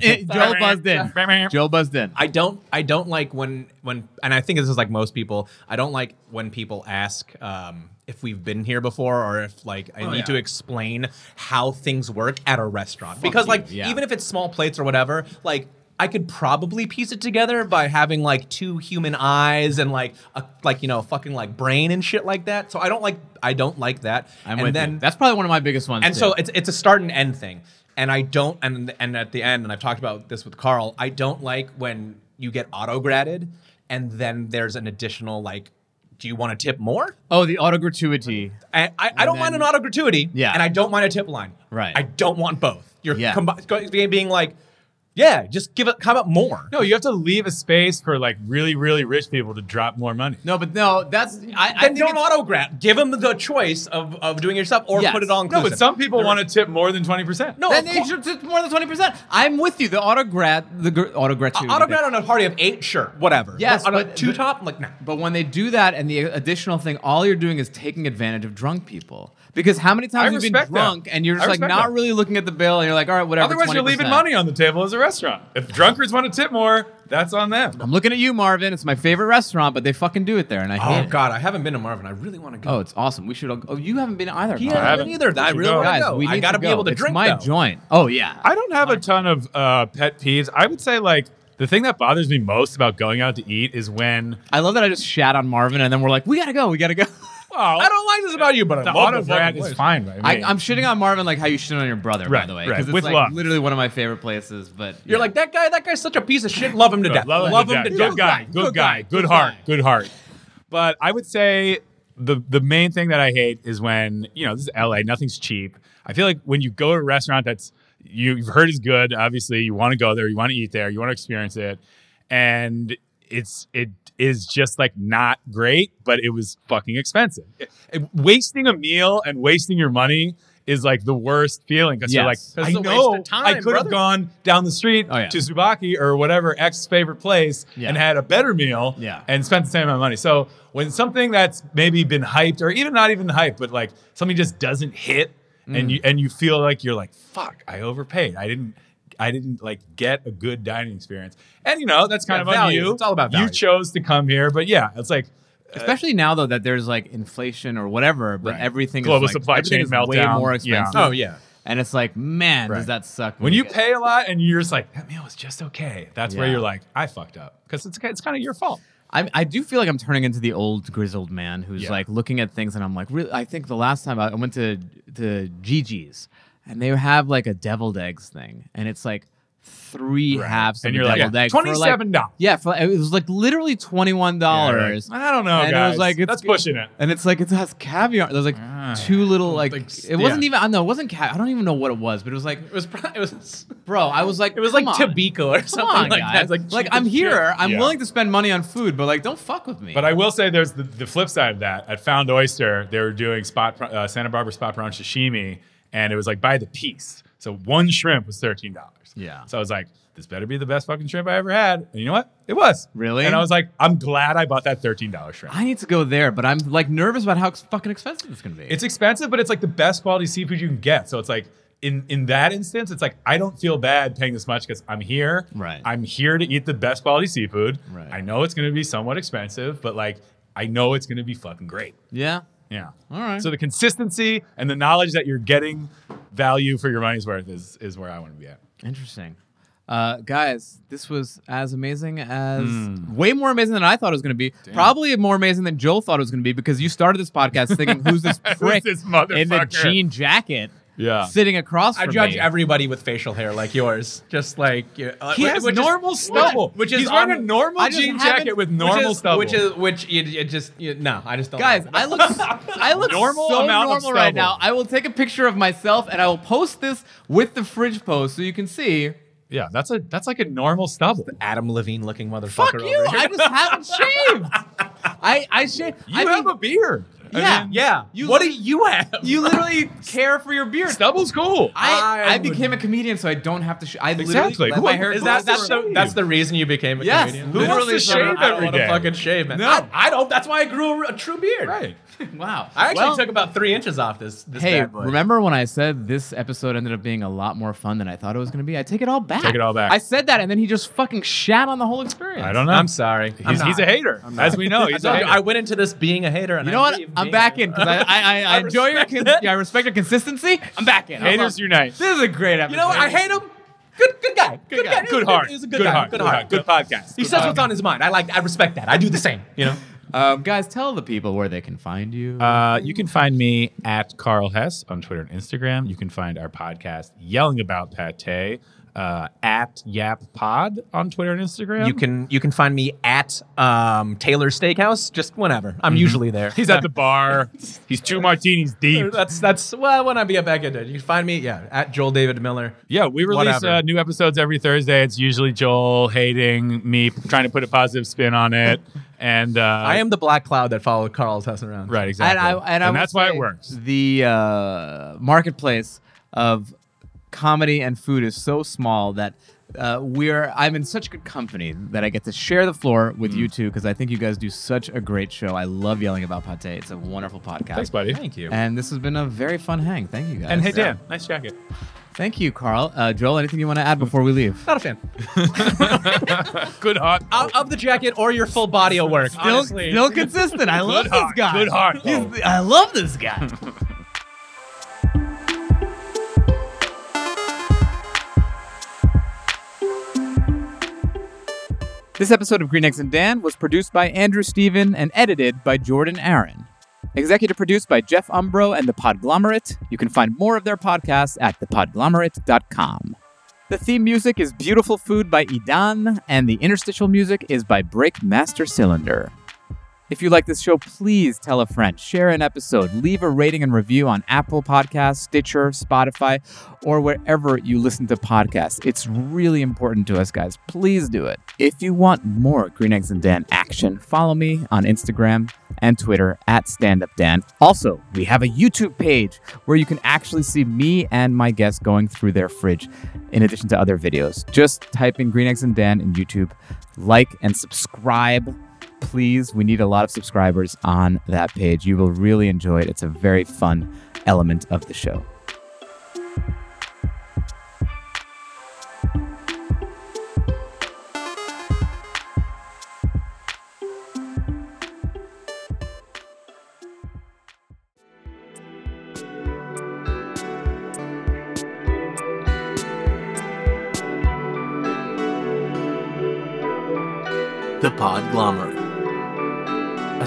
Speaker 2: Joel buzzed in. Joel buzzed in.
Speaker 4: I don't I don't like when when and I think this is like most people. I don't like when people ask um, if we've been here before or if like
Speaker 2: Oh,
Speaker 4: I need
Speaker 3: yeah.
Speaker 4: to explain how things work at a restaurant because like
Speaker 2: you, yeah.
Speaker 4: even if it's small plates or whatever, like. I could probably piece it together by having like two human eyes and like a like you know fucking like brain and shit like that. So I don't like I don't like that.
Speaker 2: I'm
Speaker 4: and
Speaker 2: with
Speaker 4: then
Speaker 2: you. That's probably one of my biggest ones.
Speaker 4: and
Speaker 2: too.
Speaker 4: so it's it's a start and end thing. And I don't and and at the end, and I've talked about this with Carl. I don't like when you get auto graded, and then there's an additional like, do you want to tip more?
Speaker 2: oh, the auto gratuity.
Speaker 4: I, I, I don't mind an auto gratuity,
Speaker 2: Yeah.
Speaker 4: and I don't mind a tip line.
Speaker 2: Right.
Speaker 4: I don't want both. You're
Speaker 2: Yeah.
Speaker 4: combi- go- being being like, yeah, just give it. How about more?
Speaker 3: No, you have to leave a space for like really, really rich people to drop more money.
Speaker 2: No, but no, that's I, I
Speaker 4: Then
Speaker 2: think
Speaker 4: don't
Speaker 2: it's-
Speaker 4: auto grad. Give them the choice of, of doing it yourself or
Speaker 2: Yes.
Speaker 4: put it on.
Speaker 3: No, but some people want to tip more than 20%.
Speaker 4: No,
Speaker 2: Then
Speaker 4: of
Speaker 2: they
Speaker 4: course-
Speaker 2: should, it's more than twenty percent. I'm with you. The auto grad, the gr- auto gratuity.
Speaker 4: auto
Speaker 2: thing.
Speaker 4: grad on a party of eight, sure, whatever.
Speaker 2: Yes,
Speaker 4: on a
Speaker 2: but-
Speaker 4: two
Speaker 2: but-
Speaker 4: top, I'm like nah.
Speaker 2: But when they do that and the additional thing, all you're doing is taking advantage of drunk people. Because how many
Speaker 3: I
Speaker 2: times have you been
Speaker 3: respect that.
Speaker 2: drunk and you're just
Speaker 3: I
Speaker 2: like
Speaker 3: respect
Speaker 2: not
Speaker 3: that.
Speaker 2: really looking at the bill and you're like, all right, whatever.
Speaker 3: Otherwise, you're leaving
Speaker 2: 20%.
Speaker 3: money on the table as a restaurant. If drunkards want to tip more, that's on them.
Speaker 2: I'm looking at you, Marvin. It's my favorite restaurant, but they fucking do it there, and I hate
Speaker 4: Oh
Speaker 2: it.
Speaker 4: God, I haven't been to Marvin. I really want to go.
Speaker 2: Oh, it's awesome. We should. All, oh, you haven't been either.
Speaker 4: He
Speaker 2: Marvin.
Speaker 3: haven't.
Speaker 4: hasn't been either. I
Speaker 3: We
Speaker 4: really
Speaker 3: should
Speaker 4: want to
Speaker 2: Guys,
Speaker 4: go.
Speaker 2: we
Speaker 4: I
Speaker 2: need
Speaker 4: got to
Speaker 2: to
Speaker 4: be
Speaker 2: go.
Speaker 4: able to
Speaker 2: It's
Speaker 4: drink
Speaker 2: my
Speaker 4: though.
Speaker 2: joint. Oh yeah.
Speaker 3: I don't have a ton of uh, pet peeves. I would say like the thing that bothers me most about going out to eat is when
Speaker 2: I love that I just shat on Marvin, and then we're like, we gotta go. We gotta go.
Speaker 3: well,
Speaker 4: I don't like this about you, but I
Speaker 3: the
Speaker 4: love
Speaker 3: auto
Speaker 4: the fucking
Speaker 3: grad is
Speaker 4: place.
Speaker 3: fine by me.
Speaker 2: I, I'm shitting on Marvin like how you shit on your brother, by
Speaker 3: Right,
Speaker 2: the way,
Speaker 3: right.
Speaker 2: it's
Speaker 3: With
Speaker 2: like
Speaker 3: love.
Speaker 2: literally one of my favorite places. But
Speaker 4: You're
Speaker 2: yeah.
Speaker 3: uh,
Speaker 4: like that guy. That guy's such a piece of shit. Love him to
Speaker 3: Good.
Speaker 4: death.
Speaker 3: Love, him to death. Good guy. Good guy. Good heart. Good heart. But I would say the the main thing that I hate is when you know this is LA. Nothing's cheap. I feel like when you go to a restaurant that's you've heard is good. Obviously, you want to go there. You want to eat there. You want to experience it, and it's it is just like not great, but it was fucking expensive. It- it- wasting a meal and wasting your money is like the worst feeling because
Speaker 2: Yes.
Speaker 3: you're like, I
Speaker 4: It's a waste
Speaker 3: know
Speaker 4: of time,
Speaker 3: I could have
Speaker 4: brother."
Speaker 3: gone down the street
Speaker 2: Oh, yeah.
Speaker 3: to Tsubaki or whatever X favorite place
Speaker 2: Yeah.
Speaker 3: and had a better meal
Speaker 2: Yeah.
Speaker 3: and spent the same amount of money. So when something that's maybe been hyped or even not even hyped, but like something just doesn't hit and you and you feel like you're like, fuck, I overpaid. I didn't I didn't like get a good dining experience. And you know, that's kind
Speaker 4: Yeah,
Speaker 3: of on
Speaker 4: value.
Speaker 3: you.
Speaker 4: It's all about
Speaker 3: You
Speaker 4: value.
Speaker 3: chose to come here, but yeah, it's like
Speaker 2: especially now though that there's like inflation or whatever, but
Speaker 3: Right.
Speaker 2: everything
Speaker 3: Global
Speaker 2: is like,
Speaker 3: supply
Speaker 2: everything
Speaker 3: chain
Speaker 2: is
Speaker 3: meltdown.
Speaker 2: way more
Speaker 3: Yeah.
Speaker 2: expensive.
Speaker 4: Oh yeah.
Speaker 2: and it's like, man,
Speaker 3: Right.
Speaker 2: does that suck?
Speaker 3: when you
Speaker 2: get-
Speaker 3: pay a lot and you're just like, that meal was just okay. That's where
Speaker 2: Yeah.
Speaker 3: you're like, I fucked up. Because it's it's kind of your fault.
Speaker 2: I, I do feel like I'm turning into the old grizzled man who's
Speaker 3: Yeah.
Speaker 2: like looking at things and I'm like, really, I think the last time I, I went to to Gigi's and they have like a deviled eggs thing, and it's like three
Speaker 3: Right.
Speaker 2: halves of
Speaker 3: And
Speaker 2: a
Speaker 3: you're like,
Speaker 2: deviled
Speaker 3: yeah,
Speaker 2: egg for, like-
Speaker 3: $27.
Speaker 2: Yeah, for, it was like literally twenty one dollars.
Speaker 3: I don't know,
Speaker 2: And it
Speaker 3: guys.
Speaker 2: was like, it's-
Speaker 3: that's pushing it. Ah,
Speaker 2: And it's like it has caviar. There's like two little like
Speaker 4: like,
Speaker 2: it wasn't
Speaker 4: yeah.
Speaker 2: even. I don't know it wasn't. Ca- I don't even know what it was, but it was like
Speaker 4: It was. pro- It was.
Speaker 2: Bro, I was like,
Speaker 4: It was like
Speaker 2: come on.
Speaker 4: Tobiko or
Speaker 2: Come
Speaker 4: something
Speaker 2: on,
Speaker 4: like that.
Speaker 2: guys.
Speaker 4: It's
Speaker 2: Like,
Speaker 4: Like,
Speaker 2: I'm
Speaker 4: Jesus
Speaker 2: here.
Speaker 4: Christ.
Speaker 2: I'm
Speaker 3: Yeah.
Speaker 2: willing to spend money on food, but like, don't fuck with me.
Speaker 3: But I will say there's the, the flip side of that. At Found Oyster, they were doing spot pra- uh, Santa Barbara spot prawn sashimi, and it was like by the piece. So one shrimp was thirteen dollars.
Speaker 2: Yeah.
Speaker 3: So I was like, this better be the best fucking shrimp I ever had. And you know what? It was.
Speaker 2: Really?
Speaker 3: And I was like, I'm glad I bought that thirteen dollar shrimp.
Speaker 2: I need to go there, but I'm like nervous about how ex- fucking expensive it's gonna be.
Speaker 3: It's expensive, but it's like the best quality seafood you can get. So it's like in in that instance, it's like I don't feel bad paying this much because I'm here.
Speaker 2: Right.
Speaker 3: I'm here to eat the best quality seafood.
Speaker 2: Right.
Speaker 3: I know it's going to be somewhat expensive, but like I know it's going to be fucking great.
Speaker 2: yeah.
Speaker 3: Yeah.
Speaker 2: All right.
Speaker 3: So the consistency and the knowledge that you're getting value for your money's worth is is where I want to be at.
Speaker 2: Interesting. Uh, guys, this was as amazing as way more amazing than I thought it was going to be. Probably more amazing than Joel thought it was going to be because you started this podcast thinking, "Who's this prick
Speaker 3: this
Speaker 2: in the
Speaker 3: motherfucker?"
Speaker 2: jean jacket
Speaker 3: Yeah.
Speaker 2: sitting across?"
Speaker 4: I
Speaker 2: from
Speaker 4: judge
Speaker 2: me?
Speaker 4: everybody with facial hair like yours, just like you- uh,
Speaker 3: He
Speaker 4: which-
Speaker 3: has
Speaker 4: which is-
Speaker 3: normal stubble.
Speaker 4: which is
Speaker 3: He's wearing
Speaker 4: un-
Speaker 3: a normal
Speaker 2: I just
Speaker 3: jean
Speaker 2: haven't-
Speaker 3: jacket with
Speaker 4: which
Speaker 3: normal
Speaker 4: is-
Speaker 3: stubble.
Speaker 4: which is which you, you just you, no, I just don't.
Speaker 2: Guys,
Speaker 4: like it.
Speaker 2: I look I look
Speaker 3: Normal
Speaker 2: so
Speaker 3: amount of
Speaker 2: normal right
Speaker 3: stubble.
Speaker 2: now. I will take a picture of myself and I will post this with the fridge post so you can see.
Speaker 3: yeah, that's a that's like a normal stubble.
Speaker 4: Adam Levine looking motherfucker.
Speaker 2: Fuck
Speaker 4: over
Speaker 2: you!
Speaker 4: here.
Speaker 2: I just haven't shaved. I I shaved.
Speaker 3: You
Speaker 2: I
Speaker 3: have
Speaker 2: mean,
Speaker 3: a beard. I
Speaker 2: yeah
Speaker 3: mean,
Speaker 4: yeah.
Speaker 2: You
Speaker 4: what do you have?
Speaker 2: You literally care for your beard.
Speaker 3: stubble's cool.
Speaker 2: I, I,
Speaker 4: I
Speaker 2: became a comedian, so I don't have to. Sh- I
Speaker 3: Exactly.
Speaker 2: literally let
Speaker 3: Who-
Speaker 2: my hair.
Speaker 4: is
Speaker 2: grow
Speaker 4: that
Speaker 2: out
Speaker 4: that's
Speaker 2: for-
Speaker 4: the, that's the reason you became a
Speaker 2: Yes.
Speaker 4: comedian?
Speaker 2: Who wants to
Speaker 4: so I don't-
Speaker 3: shave
Speaker 4: I don't
Speaker 3: every
Speaker 4: wanna
Speaker 3: day?
Speaker 4: fucking shave, man.
Speaker 3: No.
Speaker 4: I, I don't. That's why I grew a, a true beard.
Speaker 3: right.
Speaker 2: wow.
Speaker 4: I actually
Speaker 2: Well,
Speaker 4: took about three inches off this. this
Speaker 2: Hey,
Speaker 4: bad boy.
Speaker 2: remember when I said this episode ended up being a lot more fun than I thought it was going to be? I take it all back.
Speaker 3: Take it all back.
Speaker 2: I said that, and then he just fucking shat on the whole experience.
Speaker 3: I don't know.
Speaker 4: I'm sorry. I'm
Speaker 3: He's, he's a
Speaker 4: not.
Speaker 3: hater, as we know.
Speaker 4: I,
Speaker 3: He's a
Speaker 4: told you,
Speaker 3: hater.
Speaker 4: I went into this being a hater, and
Speaker 2: You know
Speaker 4: I
Speaker 2: what?
Speaker 4: leave
Speaker 2: I'm
Speaker 4: being
Speaker 2: back
Speaker 4: a-
Speaker 2: in because I, I, I, I enjoy your con- yeah, I respect your consistency. I'm back in. I
Speaker 3: Haters
Speaker 2: love-
Speaker 3: unite.
Speaker 2: This is a great episode.
Speaker 4: You know what? I hate him. Good, good guy. Good,
Speaker 2: guy.
Speaker 4: guy.
Speaker 3: Good heart.
Speaker 4: He's a good,
Speaker 3: Good
Speaker 4: guy.
Speaker 3: heart.
Speaker 4: Good heart.
Speaker 3: Good podcast.
Speaker 4: He
Speaker 3: Good
Speaker 4: says
Speaker 3: podcast.
Speaker 4: what's on his mind. I like. I respect that. I do the same. You know.
Speaker 2: Um, guys, tell the people where they can find you.
Speaker 3: Uh, you can find me at Carl Hess on Twitter and Instagram. You can find our podcast, Yelling About Pate, uh, at Yap Pod on Twitter and Instagram.
Speaker 4: You can you can find me at um, Taylor's Steakhouse. Just whenever. I'm usually there.
Speaker 3: He's at the bar. He's two martinis deep.
Speaker 4: That's that's well when I be back into it. You can find me yeah at Joel David Miller.
Speaker 3: Yeah, we release
Speaker 4: Whatever.
Speaker 3: uh, new episodes every Thursday. It's usually Joel hating me, trying to put a positive spin on it. And uh,
Speaker 4: I am the black cloud that followed Carl's house around.
Speaker 3: right, exactly.
Speaker 2: And, I, and, I will
Speaker 3: that's why
Speaker 2: say
Speaker 3: it works.
Speaker 2: The uh, marketplace of comedy and food is so small that uh, we're I'm in such good company that I get to share the floor with
Speaker 3: Mm.
Speaker 2: you two because I think you guys do such a great show. I love yelling about pate. It's a wonderful podcast.
Speaker 3: Thanks, buddy.
Speaker 4: Thank you.
Speaker 2: And this has been a very fun hang. Thank you guys.
Speaker 3: And hey, Dan, nice jacket.
Speaker 2: Thank you, Carl. Uh, Joel, anything you want to add before we leave?
Speaker 4: Not a fan.
Speaker 3: Good heart.
Speaker 4: Out of the jacket or your full body of work.
Speaker 2: Still,
Speaker 4: honestly.
Speaker 2: still consistent. I love this
Speaker 3: heart,
Speaker 2: guy.
Speaker 3: good heart.
Speaker 2: He's- I love this guy. This episode of Green Eggs and Dan was produced by Andrew Steven and edited by Jordan Aaron. Executive produced by Jeff Umbro and The Podglomerate. You can find more of their podcasts at thepodglomerate.com. The theme music is Beautiful Food by Idan, and the interstitial music is by Breakmaster Cylinder. If you like this show, please tell a friend, share an episode, leave a rating and review on Apple Podcasts, Stitcher, Spotify, or wherever you listen to podcasts. It's really important to us, guys. Please do it. If you want more Green Eggs and Dan action, follow me on Instagram and Twitter at Stand Up Dan. Also, we have a YouTube page where you can actually see me and my guests going through their fridge in addition to other videos. Just type in Green Eggs and Dan in YouTube, like and subscribe please we need a lot of subscribers on that page you will really enjoy it it's a very fun element of the show
Speaker 6: The Podglomerate. A